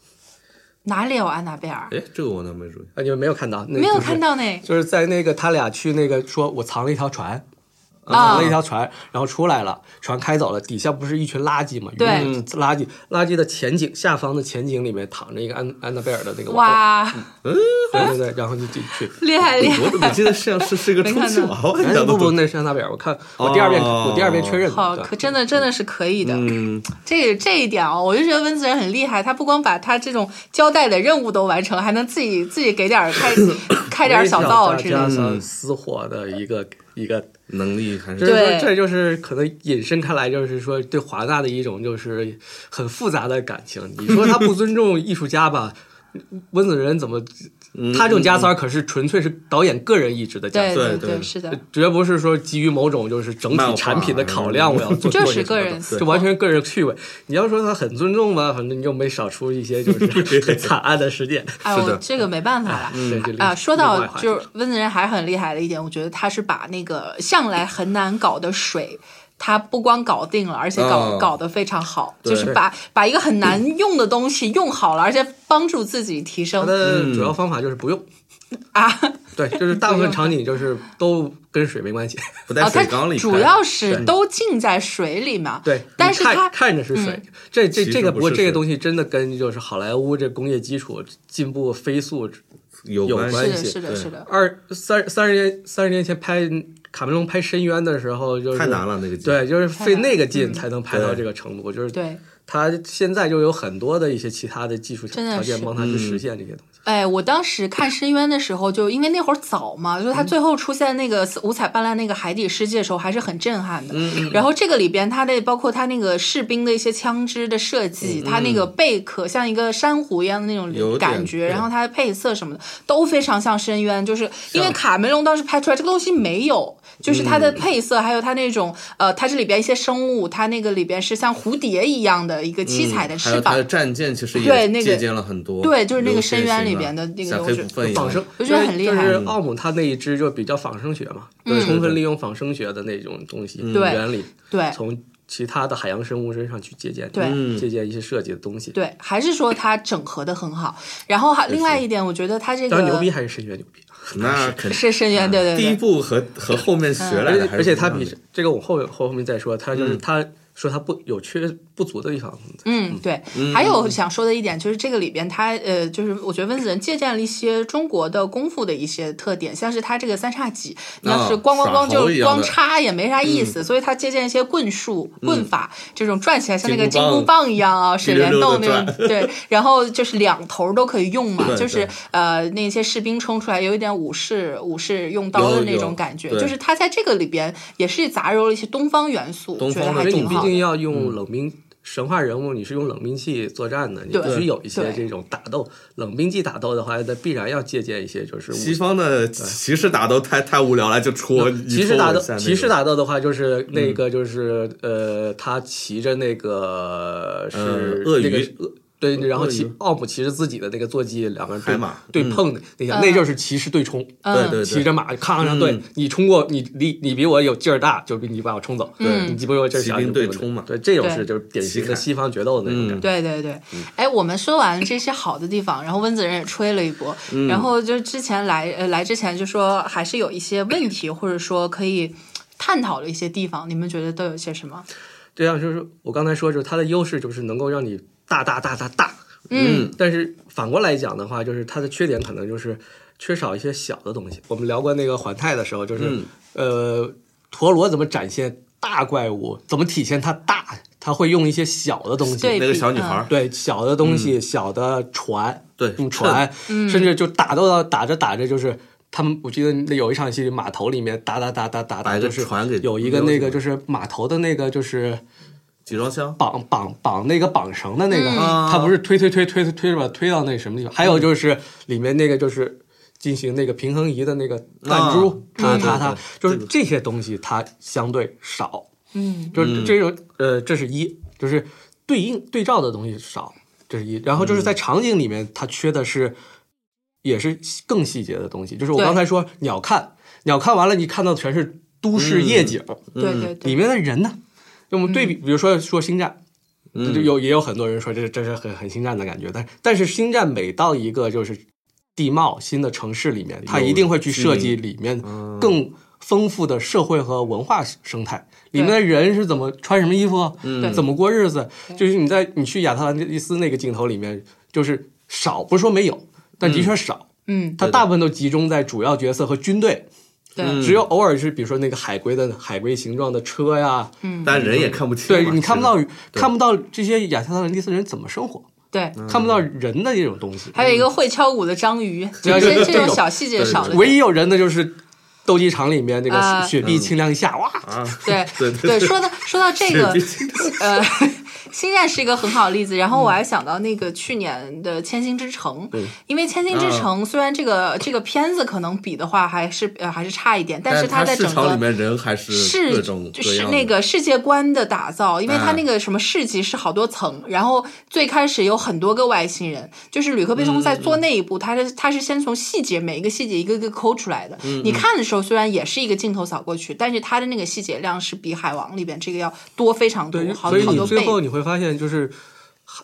A: 哪里有安娜贝尔？
B: 哎，这个我倒没注意。
C: 啊，你们没有看到，没
A: 没有看。到呢。
C: 就是在那个他俩去那个说，我藏了一条船，呃
A: 啊
C: 藏了一条船，然后出来了，船开走了，底下不是一群垃圾嘛？
A: 对
C: 嗯垃圾垃圾的前景下方的前景里面躺着一个安安娜贝尔的
B: 哦
C: 那个娃娃，
A: 哇，
B: 嗯
C: 对对对，然后你进去。
A: 厉害厉
B: 我
A: 害！
B: 怎么记得像是是一 个
A: 没
B: 充
A: 看
B: 气
A: 到
B: 娃娃一
C: 哎，
B: 样的
C: 不不，
B: 东西？
C: 那是安娜贝尔，我看我第二遍、
B: 哦
C: 我第二遍确认的。
A: 好，
C: 对
A: 可真的真的是可以的。
B: 嗯，
A: 这这一点哦，我就觉得温子仁很厉害，他不光把他这种交代的任务都完成，还能自己自己给点儿开开点儿小
C: 我
A: 灶
C: 也
A: 之
C: 想
A: 类的
C: 大。家的私货的一个一个，
B: 能力还
C: 就是是
A: 对
C: 说这就是可能引申开来，就是说对华纳的一种就是很复杂的感情。你说他不尊重艺术家吧， 温子仁怎么？他这种加塞儿可是纯粹是导演个人意志的加塞
A: 对
C: 儿，
A: 对
B: 对对
A: 是的，
C: 绝不是说基于某种就是整体产品的考量，我
B: 漫画
C: 要做
A: 这
C: 做
A: 是
C: 些什么
A: 个人
C: 的
A: 私
C: 这
A: 货
C: 完全是个人趣味。你要说他很尊重吧，反正又没少出一些就是很惨案的事件。
A: 哎，
B: 是
A: 我
B: 的
A: 这个没办法了。
C: 对这另
A: 啊，说
C: 另
A: 到
C: 外话题
A: 就是温子仁还很厉害的一点，我觉得他是把那个向来很难搞的水，他不光搞定了，而且搞、
C: 啊
B: 哦
A: 搞得非常好，
B: 对
A: 就是把把一个很 难用的东西用好了，而且帮助自己提
C: 它
A: 升
C: 的主要方法就是不用。
A: 啊。
C: 对，就是大部分场景就是都跟水没关系。
B: 不
A: 哦
B: 在，
A: 它
B: 水缸里看。
A: 主要是都浸在水里嘛。
C: 对，
A: 但是
C: 你看
A: 它嗯
C: 看着是水，这这
B: 其实
C: 这个
B: 不
C: 过
B: 是
C: 这个
B: 水
C: 东西真的跟就是好莱坞这工业基础进步飞速。
B: 有
C: 有
B: 关
C: 关
A: 是
B: 系
A: 的，
C: 系
A: 是的，
B: 对
A: 是的。
C: 二三三十年三十年前拍卡梅隆拍《深渊》的时候，就是
B: 太难了那个劲
C: 对，就是费
A: 太难嗯
C: 那个劲才能拍到
B: 对
C: 这个程度，就是
A: 对，
C: 他现在就有很多的一些其他的技术
A: 真的
C: 条件
A: 是
C: 帮他去实现这些东西。
A: 哎，我当时看《深渊》的时候，就因为那会儿早嘛，就是它
B: 嗯
A: 最后出现那个五彩斑斓那个海底世界的时候，还是很震撼的。
B: 嗯
A: 然后这个里边，它的包括它那个士兵的一些枪支的设计，它那个贝壳像一个珊瑚一样的那种
B: 嗯有点
A: 感觉，
B: 对
A: 然后它的配色什么的都非常像《深渊》，就是因为卡梅隆当时拍出来这个东西没有，就是它
B: 嗯
A: 的配色，还有它那种呃，它这里边一些生物，它那个里边是像蝴蝶一样的一个七彩的
B: 嗯还
A: 翅
B: 有他
A: 膀
B: 的。战舰其实
A: 对
B: 也
A: 那个
B: 借鉴了很多，
A: 对就是那个深渊
B: 流血型啊
A: 里边的那个
B: 像
A: 东
B: 黑
A: 西
B: 不分一样
C: 仿生，
A: 我觉得很厉害
C: 就是奥姆他那一支就比较仿生学嘛，
B: 嗯
C: 充分利用仿生学的那种东西
A: 对
C: 原理，
A: 对
C: 从其他的海洋生物身上去借鉴，
A: 哎对
B: 嗯
C: 借鉴一些设计的东西。
A: 对，还是说它整合的很好。然后还另外一点，我觉得它这
C: 当然牛
A: 个
C: 逼还嗯是深渊牛逼，啊
B: 那肯定。
A: 是深渊，对对嗯
B: 第一
A: 对，
B: 部和和后面学来
C: 而
B: 的还是不一
C: 且
B: 样的，
C: 而且他比这个我后后后面再说，他
B: 嗯
C: 就是他说他不有缺不足的地方，
A: 嗯对。还有想说的一点就是这个里边它呃，就是我觉得温子仁借鉴了一些中国的功夫的一些特点，像是他这个三叉戟，你要
B: 啊
A: 是咣咣咣
B: 耍猴
A: 就
B: 一样
A: 光
B: 的嗯
A: 插也没啥意思，所以他借鉴一些棍术、棍法这种转起来像那个金
B: 金箍棒
A: 箍棒一样啊，水帘洞那
B: 溜溜地
A: 种，对。然后就是两头都可以用嘛，
B: 对
A: 就是
B: 对
A: 呃那些士兵冲出来有一点武士武士用刀的
B: 有
A: 那
B: 有
A: 种感觉，
B: 对
A: 就是。它在这个里边也是杂糅了一些东方元素，
B: 东
A: 觉得
B: 方的
A: 还
B: 元素
C: 因
A: 挺
C: 为你毕
A: 好的。
C: 竟要用
B: 嗯
C: 冷兵。神话人物你是用冷兵器作战的，你
A: 对
C: 必须有一些
A: 对
C: 这种打斗，冷兵器打斗的话，那必然要借鉴一些就是武
B: 西方
A: 嗯
B: 的骑士打斗太太无聊了，就戳
C: 骑士打斗，骑
B: 骑
C: 士
B: 士打
C: 打斗的话，就是那
B: 嗯
C: 个就是、呃，他骑着那个是、
B: 呃鳄
C: 那个
B: 鱼
C: 是鳄对，然后
B: 鳄
C: 骑
B: 鱼
C: 奥姆骑着自己的那个坐骑，两个人对
B: 海马
C: 对碰的那下，
A: 嗯
C: 那就是骑士对冲。
B: 对对
C: 骑着马扛上，
B: 嗯
C: 对你冲过你你你比我有劲儿大，就比你把我冲走。
A: 嗯
C: 对，你比我有劲儿小，
B: 骑兵
C: 你比我
B: 对冲嘛
C: 对，这种是
A: 对
C: 就是典型
B: 骑嗯
C: 的
B: 砍
C: 西方决斗的那种感觉。
A: 对对对，哎，我们说完这些好的地方，然后温子仁也吹了一波，
B: 嗯
A: 然后就之前来呃来之前就说还是有一些问题，或者说可以探讨的一些地方，你们觉得都有些什么？
C: 啊这样就是我刚才说，就是它的优势就是能够让你大大大大大
A: 嗯，
C: 但是反过来讲的话，就是它的缺点可能就是缺少一些小的东西。我们聊过那个环太的时候，就是、
B: 嗯
C: 呃，陀螺怎么展现大怪物，怎么体现它大，它会用一些小的东西，
A: 对
B: 那个小女孩
A: 嗯
B: 儿，
C: 对小的东
B: 嗯
C: 西、小的船，
B: 对
C: 用船，
A: 嗯
C: 甚至就打斗到打着打着就是。他们我记得那有一场戏，码头里面打打打打打
B: 把
C: 打，
B: 一个
C: 就是
B: 船给
C: 有一个
B: 溜
C: 那
B: 出
C: 个
B: 来
C: 就是码头的那个就是
B: 集装箱，
C: 绑绑绑那个绑绳的那个，
B: 嗯
C: 他不是推推推推推推着吧，推到那什么地方？还有就是里面那个就是进行那个平衡仪的那个弹珠，它
B: 啊对
C: 它它
B: 对，
C: 就是
B: 这个
C: 这些东西它相对少，
A: 嗯，
C: 就是这种呃，这是一，就是对应对照的东西少，这是一。然后就是
B: 嗯
C: 在场景里面，它缺的是也是更细节的东西，就是我
A: 对
C: 刚才说鸟看，鸟看完了，你看到全是都市
B: 嗯
C: 夜景，
A: 对对嗯对，
C: 里面的人呢？就我们对比，比如说说星战，
B: 嗯
C: 就有也有很多人说这这是很很星战的感觉，但但是星战每到一个就是地貌新的城市里面，它一定会去设计里面更丰富的社会和文化生态，里面的人是怎么穿什么衣服，
A: 对
C: 怎么过日子，就是你在你去亚特兰蒂斯那个镜头里面，就是少，不是说没有，但的确少，
A: 嗯，
C: 它大部分都集中在主要角色和军队。
A: 对，
B: 嗯
C: 只有偶尔是，比如说那个海龟的海龟形状的车呀，
B: 但人也看不清嘛，
C: 对你嗯看不到
B: 其实，
C: 看不到这些亚特兰蒂斯人怎么生活，
A: 对，
C: 看不到人的这种东西。
A: 还有一个会敲鼓的章鱼，这
C: 对
A: 这
C: 对
A: 这
C: 对
A: 种小细节
B: 嗯对
A: 少了
C: 唯
A: 点。
C: 一有人的就是斗鸡场里面那
A: 啊
C: 个雪地清凉一下，哇，
B: 啊，
A: 对
B: 对
A: 对，说到说到这个，呃，星战是一个很好的例子。然后我还想到那个去年的《千星之城》
B: 嗯
C: 对
A: 因为《千星之
B: 啊
A: 城》虽然这个这个片子可能比的话还是呃还是差一点，但是
B: 它
A: 在
B: 市
A: 整
B: 场
A: 个
B: 里面人还是各
A: 是
B: 种
A: 就
B: 各
A: 是
B: 样
A: 那
B: 的
A: 个世界观的打造，因为它
C: 哎
B: 嗯
A: 那个什么市集是好多层，然后最开始有很多个外星人，就是吕克贝
C: 嗯
A: 松在做那一步，他是他是先从细节每一个细节一个个抠出来的。
C: 嗯
A: 你看的时候虽然也是一个镜头扫过去，但是它的那个细节量是比《海王》里边这个要多非常多
C: 对，，
A: 好
C: 所以
A: 好
C: 你
A: 多
C: 最
A: 倍。
C: 后你会发现就是。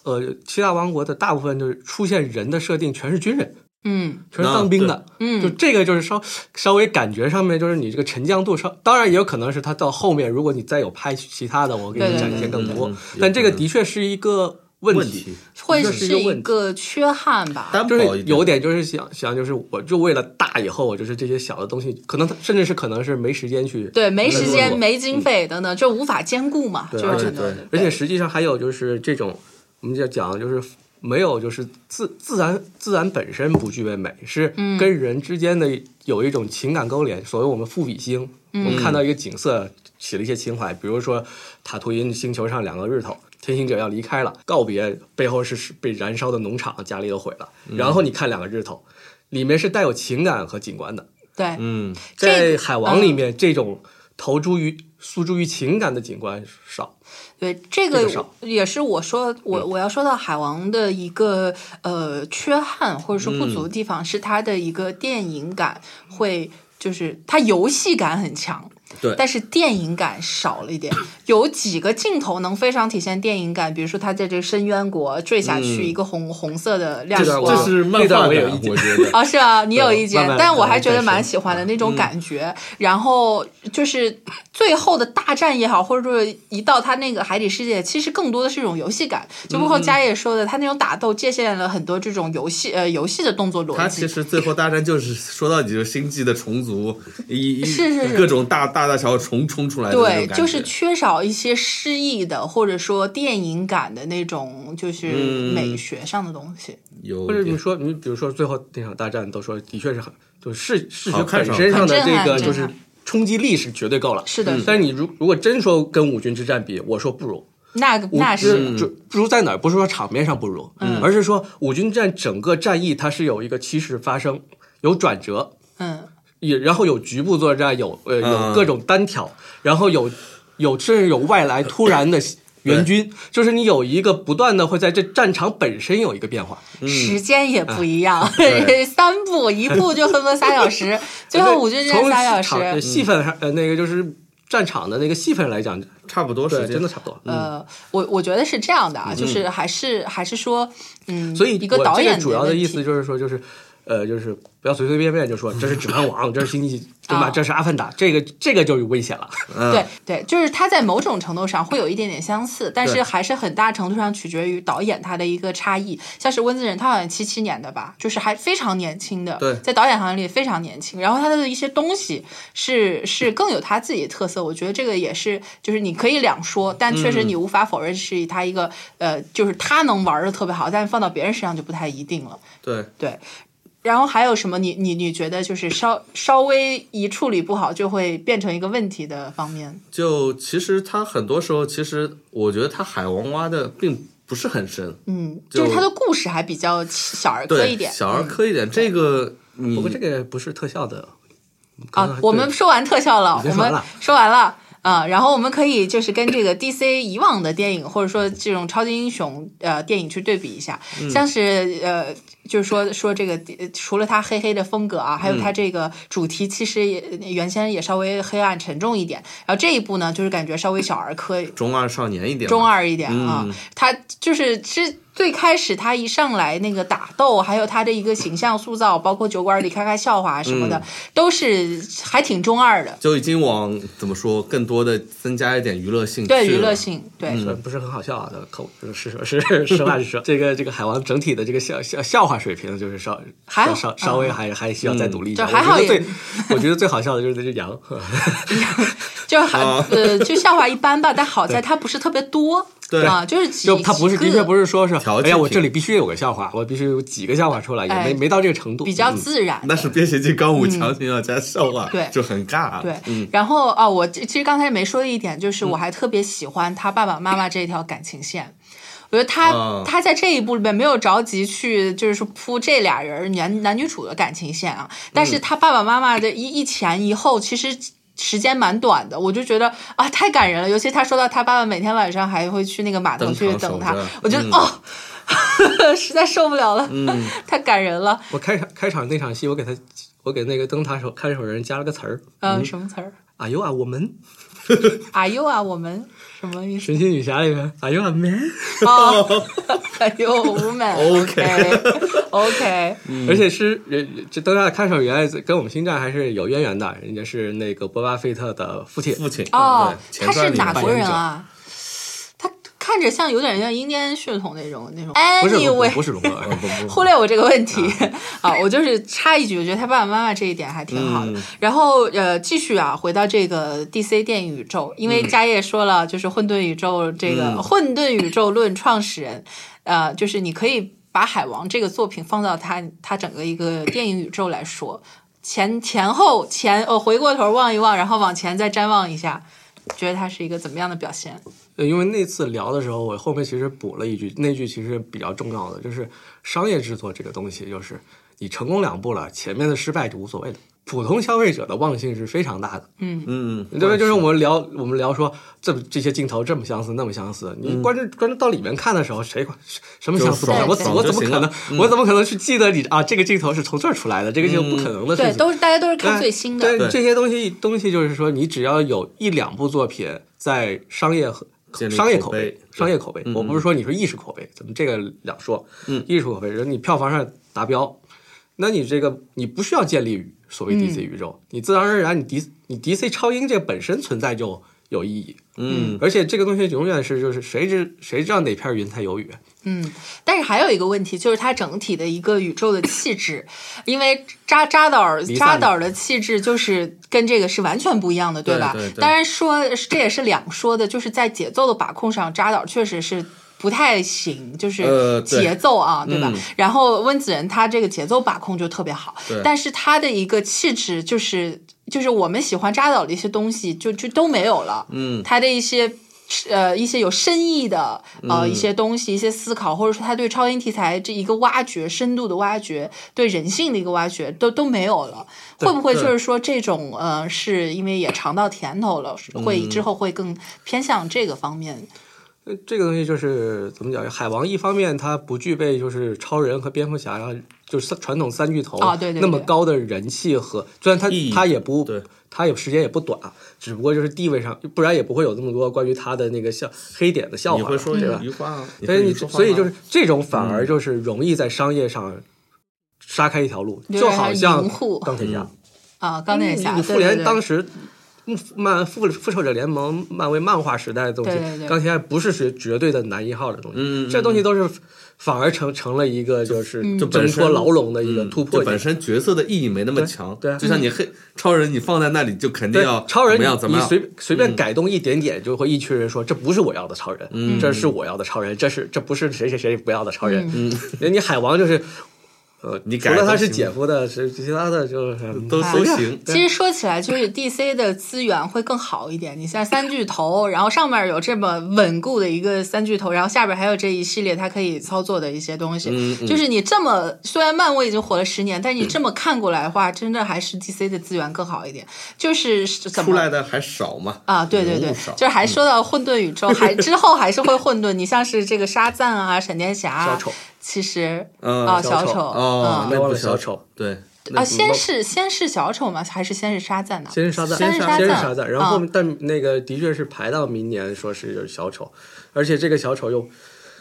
C: 呃，七大王国的大部分就是出现人的设定全是军人，
A: 嗯，
C: 全是当兵的，
A: 嗯
C: 就这个就是稍稍微感觉上面就是你这个沉降度稍，当然也有可能是他到后面，如果你再有拍其他的，我给
A: 对
C: 你
A: 对
C: 展
A: 对
C: 现更
B: 对
C: 多，
B: 嗯嗯嗯
C: 但这个的确是一个问
B: 问题，
A: 会
C: 这是一个
A: 是一
C: 问题
A: 个缺憾吧？
B: 单
C: 就
B: 薄
C: 是
B: 一
C: 有点就是想想就是我就为了大以后我就是这些小的东西，可能甚至是可能是没时间去
A: 对，没时
C: 更
A: 间、
C: 多
A: 没经费等等，就无法兼顾嘛，
C: 嗯对
A: 就是
C: 而且
A: 很多
B: 对
A: 的。
C: 而
A: 对
C: 且实际上还有就是这种我们就讲就是没有就是自自然自然本身不具备美，是跟人之间的有一种情感勾连。所谓我们赋比兴，我们看到一个景色起了一些情怀，比如说塔图因星球上两个日头。天行者要离开了，告别背后是是被燃烧的农场，家里都毁了。然后你看两个日头，里面是带有情感和景观的。
A: 对，
B: 嗯，
A: 这
C: 在海王里面，这种投注于诉诸于情感的景观少。
A: 对，这
C: 这
A: 个
C: 个少嗯
A: 也是我说我我要说到海王的一个呃缺憾或者说不
C: 嗯
A: 足的地方，是它的一个电影感会。就是它游戏感很强，
B: 对
A: 但是电影感少了一 点。有几个镜头能非常体现电影感，比如说他在这个深渊国坠下去，一个红、红色的亮
C: 嗯这段
A: 光，
C: 我
B: 这是漫
C: 这段
B: 画
C: 我有
B: 感
C: 意见
B: 我 觉 得。
A: 哦，是啊，你有
C: 对
A: 意见
C: 慢，慢
A: 但我
C: 慢慢
A: 还觉得
C: 再
A: 蛮
C: 说
A: 喜欢的那种感觉。然后就是最后的大战也好，或者说一到他那个海底世界，其实更多的是一种游戏感。就包括佳也说的，他那种打斗界限了很多这种游戏呃游戏的动作逻
B: 他其
A: 辑。
B: 实最后大战就是说到底就是星际的虫族， 一一
A: 是是是
B: 各种大大大小小虫冲出来的那种
A: 对，
B: 感觉，
A: 就是缺少一些诗意的，或者说电影感的那种，就是美学上的东西。
B: 有
C: 或者你
B: 点
C: 说，你比如说最后那场大战，都说的确是很，就是视视觉
B: 好看
C: 本
B: 上
C: 身上的
A: 很震
C: 这
A: 撼
C: 个
A: 震
C: 就是
A: 撼
C: 冲击力是绝对够了。
A: 是的，是的
C: 但是你如如果真说跟五军之战比，我说不如。
A: 那个
C: 五
A: 那是嗯
C: 就不如在哪儿？不是说场面上不如，而是说五军战整个战役它是有一个起始发生，有转折，
A: 嗯，
C: 也然后有局部作战，有呃
B: 嗯
C: 有各种单挑，然后有有甚至有外来突然的援军，就是你有一个不断的会在这战场本身有一个变化。嗯
A: 时间也
C: 哎
A: 不一样，
B: 对
A: 三步一步就恨不得仨小时，最后五军之间
C: 哎从
A: 仨小时
C: 场。呃戏份上呃那个就是战场的那个戏份来讲，
B: 差不多时
C: 对，
B: 间
C: 真的差不多。
A: 呃，我我觉得是这样的啊，就是还是还是说，嗯，
C: 所以
A: 一个
C: 我
A: 导
C: 这
A: 演
C: 主要
A: 的
C: 的
A: 问
C: 意
A: 题
C: 思就是说，就是呃，就是不要随随便便就说这是《指环王》，这是《星际》，对
A: 啊
C: 吧？这是《阿凡达》，这个这个就有危险了。
A: 对对，就是它在某种程度上会有一点点相似，但是还是很大程度上取决于导演他的一个差异。像是温子仁，他好像七七年的吧，就是还非常年轻的，
B: 对
A: 在导演行业里非常年轻。然后他的一些东西是是更有他自己的特色，我觉得这个也是，就是你可以两说，但确实你无法否认是他一个、呃，就是他能玩的特别好，但是放到别人身上就不太一定了。
B: 对，
A: 对，然后还有什么你？你你觉得就是稍稍微一处理不好就会变成一个问题的方面？
B: 就其实它很多时候，其实我觉得它海王挖的并不是很深，
A: 嗯，
B: 就
A: 就是它的故事还比较小儿科
B: 对，
A: 一点。嗯
B: 小儿科一点。这个你
C: 不过这个不是特效的刚
A: 啊
C: 刚，
A: 我们
C: 对
A: 说完特效了，
C: 已经
A: 我
C: 说完
A: 们
C: 了
A: 说完了。啊、然后我们可以就是跟这个 DC 以往的电影，或者说这种超级英雄呃电影去对比一下，
C: 嗯
A: 像是呃，就是说说这个呃除了它黑黑的风格啊，还有
C: 嗯
A: 它这个主题其实也呃原先也稍微黑暗沉重一点，然后这一部呢就是感觉稍微小儿科
B: 中二少年一点吧，
A: 中二一点啊
B: 嗯。
A: 他就是是最开始他一上来那个打斗，还有他的一个形象塑造，包括酒馆里开开笑话啊什么
C: 嗯
A: 的，都是还挺中二的。
B: 就已经往怎么说，更多的增加一点娱乐性去了，
A: 对娱乐性，对，
C: 虽然不是很好笑啊，但口是 是是实话实说， 这个这个海王整体的这个笑笑笑话水平就是稍
A: 还好
C: 稍稍稍微还还需要再努力一下。
A: 嗯就还好
C: 我觉得
A: 也
C: 最我觉得最好笑的就是那 只羊，
A: 就是还呃，就笑话一般吧，但好在它不是特别多，
B: 对
A: 啊，就是几
C: 就他不是
A: 几
C: 的
A: 个
C: 确不是说是，
B: 调剂
C: 哎呀，我
B: 品
C: 这里必须有个笑话，我必须有几个笑话出来，也
A: 哎
C: 没没到这个程度，
A: 比较
C: 嗯
A: 自然，
B: 那是变形金刚五强行要加笑话，
A: 嗯对
B: 就很尬。
A: 对，然后啊、我其其实刚才没说的一点就是，
B: 嗯
A: 我还特别喜欢他爸爸妈妈这条感情线。我觉得他、
B: 啊
A: 他在这一部里面没有着急去，就是说铺这俩人儿男男女主的感情线啊，但
B: 嗯
A: 是他爸爸妈妈的一一前一后，其实时间蛮短的，我就觉得啊太感人了。尤其他说到他爸爸每天晚上还会去那个码头
B: 登
A: 去
B: 堂
A: 等
B: 守
A: 他
B: 着，
A: 我觉得、
B: 嗯
A: 哦， 实在受不了了，太感人了。
C: 我开场开场那场戏，我给他，我给那个灯塔手看守人加了个词儿，
A: 嗯、什么词儿？
C: 哎呦啊，我们
A: 啊呦啊，我们什么意思？
C: 神奇女侠里面， 哎呦啊 man，
A: 哦，哎呦，woman，OK，OK，、哎
C: 而且是人这灯塔看守员跟我们星战还是有渊源的，人家是那个波巴菲特的父亲，
B: 父亲
A: 哦
B: 对，前
A: 他
B: 传
A: 是
B: 里
A: 哪
B: 面
A: 国人
B: 扮演者？
A: 啊？他看着像有点像印第安血统那种那种。
C: 不是龙
A: Anyway，
C: 不 是龙哥，
B: 不不
A: 忽略我这个问题 啊，我就是插一句，我觉得他爸爸妈妈这一点还挺好的。然后呃，继续啊，回到这个 DC 电影宇宙，因为嘉业说了，就是混沌宇宙这个、混沌宇宙论创始人，呃，就是你可以把海王这个作品放到他他整个一个电影宇宙来说，前前后前哦，回过头望一望，然后往前再瞻望一下。觉得它是一个怎么样的表现？
C: 对，因为那次聊的时候，我后面其实补了一句，那句其实比较重要的，就是商业制作这个东西，就是你成功两步了，前面的失败就无所谓的。普通消费者的忘性是非常大的，
B: 嗯，
C: 对吧？就是我们聊，我们聊说这这些镜头这么相似，那么相似。你嗯关注关注到里面看的时候，谁管什什么相似不
B: 就
C: 相似？我
A: 爽
C: 我
B: 就
C: 怎么
B: 行
C: 可能
B: 了？
C: 我怎么可能去记得你啊？这个镜头是从这儿出来的，这个就不可能的事
A: 对，
C: 情。
A: 都是大家都是看最新的，
C: 哎对
B: 对
C: 这些东西，东西就是说，你只要有一两部作品在商业和
B: 建立
C: 商业
B: 口
C: 口碑
B: 碑、
C: 商业口碑，我不是说你说艺术口碑，咱们这个两说。嗯，艺术口碑，然后你票房上达标，那你这个你不需要建立所谓 DC 宇宙，你自然而然你 D 你 DC 超英这本身存在就有意义。嗯，而且这个东西永远是就是谁知谁知道哪片云彩有雨，
A: 嗯，但是还有一个问题，就是它整体的一个宇宙的气质， 因为扎扎导尔
C: 离散
A: 扎
C: 了
A: 导尔的气质就是跟这个是完全不一样的，
B: 对
A: 吧？
B: 对对
A: 当然说这也是两说的，就是在节奏的把控上，扎导确实是。不太行，就是
B: 呃对
A: 节奏啊，对吧
B: 嗯？
A: 然后温子仁他这个节奏把控就特别好
B: 对，
A: 但是他的一个气质就是就是我们喜欢扎导的一些东西就就都没有了，嗯，他的一些呃一些有深意的呃一些东西、一些思考，或者说他对超英题材这一个挖掘、深度的挖掘，对人性的一个挖掘，都都没有了。会不会就是说这种呃，是因为也尝到甜头了，会之后会更偏向这个方面？
C: 呃这个东西就是怎么讲？海王一方面它不具备就是超人和蝙蝠侠，然后就是三传统三巨头
A: 啊对对对
C: 那么高的人气和，虽然它
B: 意义
C: 它也不
B: 对
C: 它也时间也不短，啊只不过就是地位上，不然也不会有这么多关于他的那个笑黑点的笑话，
B: 你会说嗯
C: 对
B: 一
A: 啊
C: 吧？
B: 句话吗？
C: 嗯所以
B: 会
C: 你
B: 说话
C: 所以
B: 吗
C: 就是这种反而就是容易在商业上杀开一条路，
A: 留
C: 就
A: 下
C: 好
A: 了
C: 像
A: 银护
C: 钢铁侠，
A: 啊，钢铁侠，
C: 你
A: 对
C: 嗯复联
A: 对
C: 当时。嗯漫复复仇者联盟、漫威漫画时代的东西
A: 对对，对
C: 钢铁侠不是绝绝对的男一号的东
B: 嗯嗯
C: 西，这东西都是反而成成了一个就是
B: 就
C: 挣
B: 本
C: 脱
B: 身
C: 牢笼的一个
B: 嗯
C: 突破
B: 就
C: 点
B: 本。身角色的意义没那么强。
C: 对啊
B: 就像你黑超人，你放在那里就肯定
C: 对
B: 要，
C: 超人
B: 怎
C: 你
B: 么样怎么
C: 你
B: 样。嗯
C: 随随便改动一点点，就会一群人说这不是我要的超人，
B: 嗯
C: 这是我要的超人，这是这不是谁谁谁不要的超人。
A: 嗯
C: 人你海王就是，呃，
B: 你嗯
C: 除
B: 改
C: 了
B: 都
C: 他是
B: 行
C: 姐夫的，是其他的就是
B: 都
A: 啊
B: 都行，
A: 其实说起来，就是 DC 的资源会更好一点。你像三巨头，然后上面有这么稳固的一个三巨头，然后下边还有这一系列它可以操作的一些东西。
B: 嗯
A: 就是你这么，虽然漫威已经火了十年，但你这么看过来的话，真的还是 DC 的资源更好一点。就是是怎
B: 出
A: 么
B: 来的还少嘛。
A: 啊，对对对
B: 人物少，嗯
A: 就是还说到混沌宇宙， 还之后还是会混沌。你像是这个沙赞啊、闪电侠啊、
C: 小丑
A: 其实
B: 嗯
A: 啊，
C: 小
A: 小
C: 丑
A: 丑
B: 哦，
A: 嗯
B: 那
C: 忘
B: 部
C: 了小
B: 小
C: 丑，
B: 对
A: 啊，先是先是小丑吗？还是先是沙赞呢？
C: 先是沙赞，
A: 先是
C: 先是
A: 沙赞
C: 沙赞，然后后
A: 嗯
C: 面但那个的确是排到明年，说是有小丑，而且这个小丑又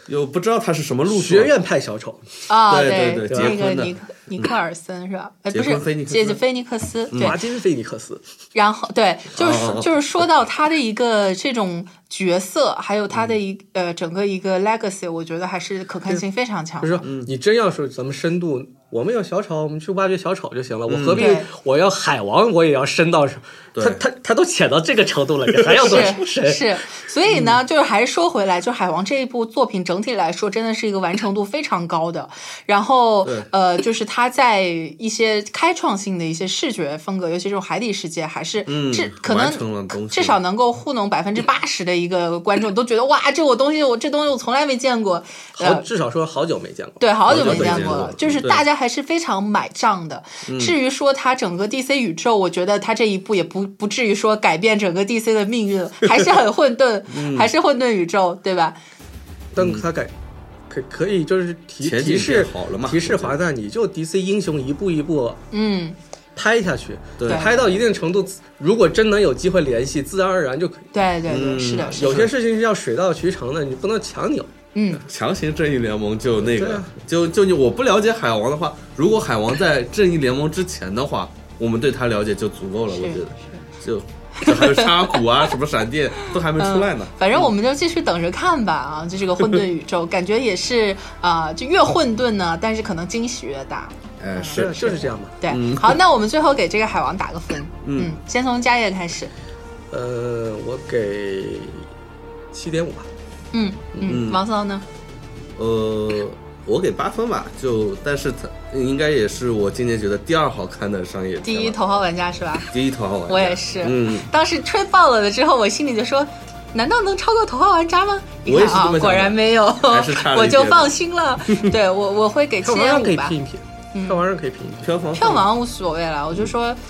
B: 又不知道他是什么路数
C: 学院派小丑，
A: 啊，
B: 对对
A: 那
B: 对结婚
A: 个
B: 的嗯
A: 尼克尼克尔森是吧？哎，
B: 结
A: 不是
B: 婚菲尼，克斯嗯
A: 杰菲尼克斯对
C: 华，金菲尼克斯，
A: 然后对，就是
B: 哦哦
A: 说
B: 哦
A: 就是说到他的一个这种角色，还有他的
B: 嗯
A: 一呃整个一个 legacy，我觉得还是可看性非常强
C: 就。是说
B: 嗯
C: 你真要说咱们深度，我们有小丑，我们去挖掘小丑就行了，我何必
A: 对
C: 我要海王，我也要深到他他他都浅到这个程度了，你还要多深？
A: 是是，所以呢，就是还是说回来，就是海王这一部作品整体来说，真的是一个完成度非常高的。然后
B: 对
A: 呃，就是它在一些开创性的一些视觉风格，尤其是这种海底世界，还是
B: 嗯
A: 至、可
B: 完
A: 能
B: 成了东西
A: 至少能够糊弄百分之八十的一个观众都觉得哇，这我东西我这东西我从来没见过，
C: 好，
A: 呃，
C: 至少说好久没见过。
A: 对，好久
B: 久
A: 没
B: 没
A: 见
B: 见
A: 过
B: 过
A: 了，嗯就是
B: 对
A: 大家还是非常买账的。至于说它整个 DC 宇宙，我觉得它这一步也不不至于说改变整个 DC 的命运，还是很混 沌，还是混沌宇宙，对吧？
C: 但他改可可以就是提
B: 前景
C: 提示
B: 变好了嘛
C: 提示
B: 我觉得
C: 华纳，你就 DC 英雄一步一步
A: 嗯，
C: 拍下去，
B: 对
C: 拍到一定程度，如果真能有机会联系，自然而然就可以。
A: 对对对，是的，是
C: 有
A: 的，
C: 些事情是要水到渠成的，你不能强扭。
A: 嗯，
B: 强行正义联盟就那
C: 对
B: 个
C: 啊，
B: 就就你我不了解海王的话，如果海王在正义联盟之前的话，我们对他了解就足够了，我觉
A: 是
B: 得。就就还有沙谷啊，什么闪电都还没出来呢。
A: 反正我们就继续等着看吧啊！就这个混沌宇宙，感觉也是啊、就越混沌呢，但是可能惊喜越大。
B: 哎，
C: 对
B: 是
C: 啊，就是这样嘛。
A: 对，好，那我们最后给这个海王打个分，嗯，先从家业开始，嗯
C: 呃，我给七点五吧。
A: 嗯嗯，王骚呢？
B: 呃，我给八分吧，就但是它应该也是我今年觉得第二好看的商业片
A: 第
B: 了
A: 一头号玩家是吧？
B: 第一头好玩家，
A: 我也是，
B: 嗯，
A: 当时吹爆了了之后，我心里就说。难道能超过《头号玩家》吗？你
B: 我也
A: 看
B: 是这
A: 啊
B: 么，想的
A: 果然没有
B: 还是差，了 一
A: 我就
B: 截的
A: 放心了。对我，我会给七
C: 票房
A: 点
C: 上
A: 五
C: 可以
A: 吧。嗯
C: 拼一拼，票房上可以拼一拼。
B: 票房
A: 票房无所谓了，我就说。啊
B: 嗯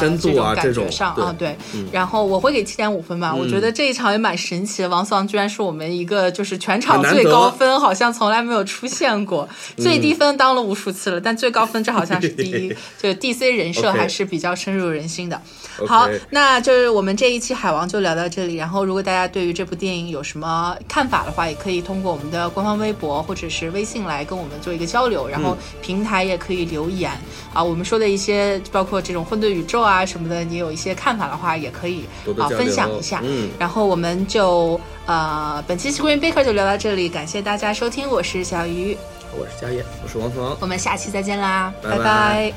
B: 深度啊
A: 这
B: 这种
A: 感觉上
B: 对嗯
A: 啊，对，然后我会给七点五分吧。我觉得这一场也蛮神奇的，王思王居然是我们一个就是全场
B: 很难
A: 最
B: 得嗯
A: 高分，好像从来没有出现过。最低分当了无数次了，但最高分这好像是第 一，就 DC 人设
B: OK
A: 还是比较深入人心的。好，那就是我们这一期海王就聊到这里。然后，如果大家对于这部电影有什么看法的话，也可以通过我们的官方微博或者是微信来跟我们做一个交
B: 嗯
A: 流。然后平台也可以留言、啊，我们说的一些包括这种混沌宇宙啊什么的，你有一些看法的话，也可以
B: 多多
A: 啊
B: 交
A: 分
B: 流
A: 享一下。
B: 嗯
A: 然后我们就呃，本期 Screen Baker 就聊到这里，感谢大家收听，我是小鱼，
C: 我是佳燕。
B: 我是王思王，
A: 我们下期再见啦，
B: 拜拜
A: 拜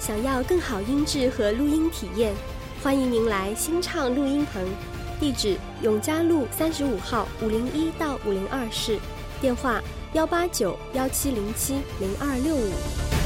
D: 想要更好音质和录音体验，欢迎您来新唱录音棚，地址永嘉路三十五号五零一到五零二室，电话幺八九幺七零七零二六五。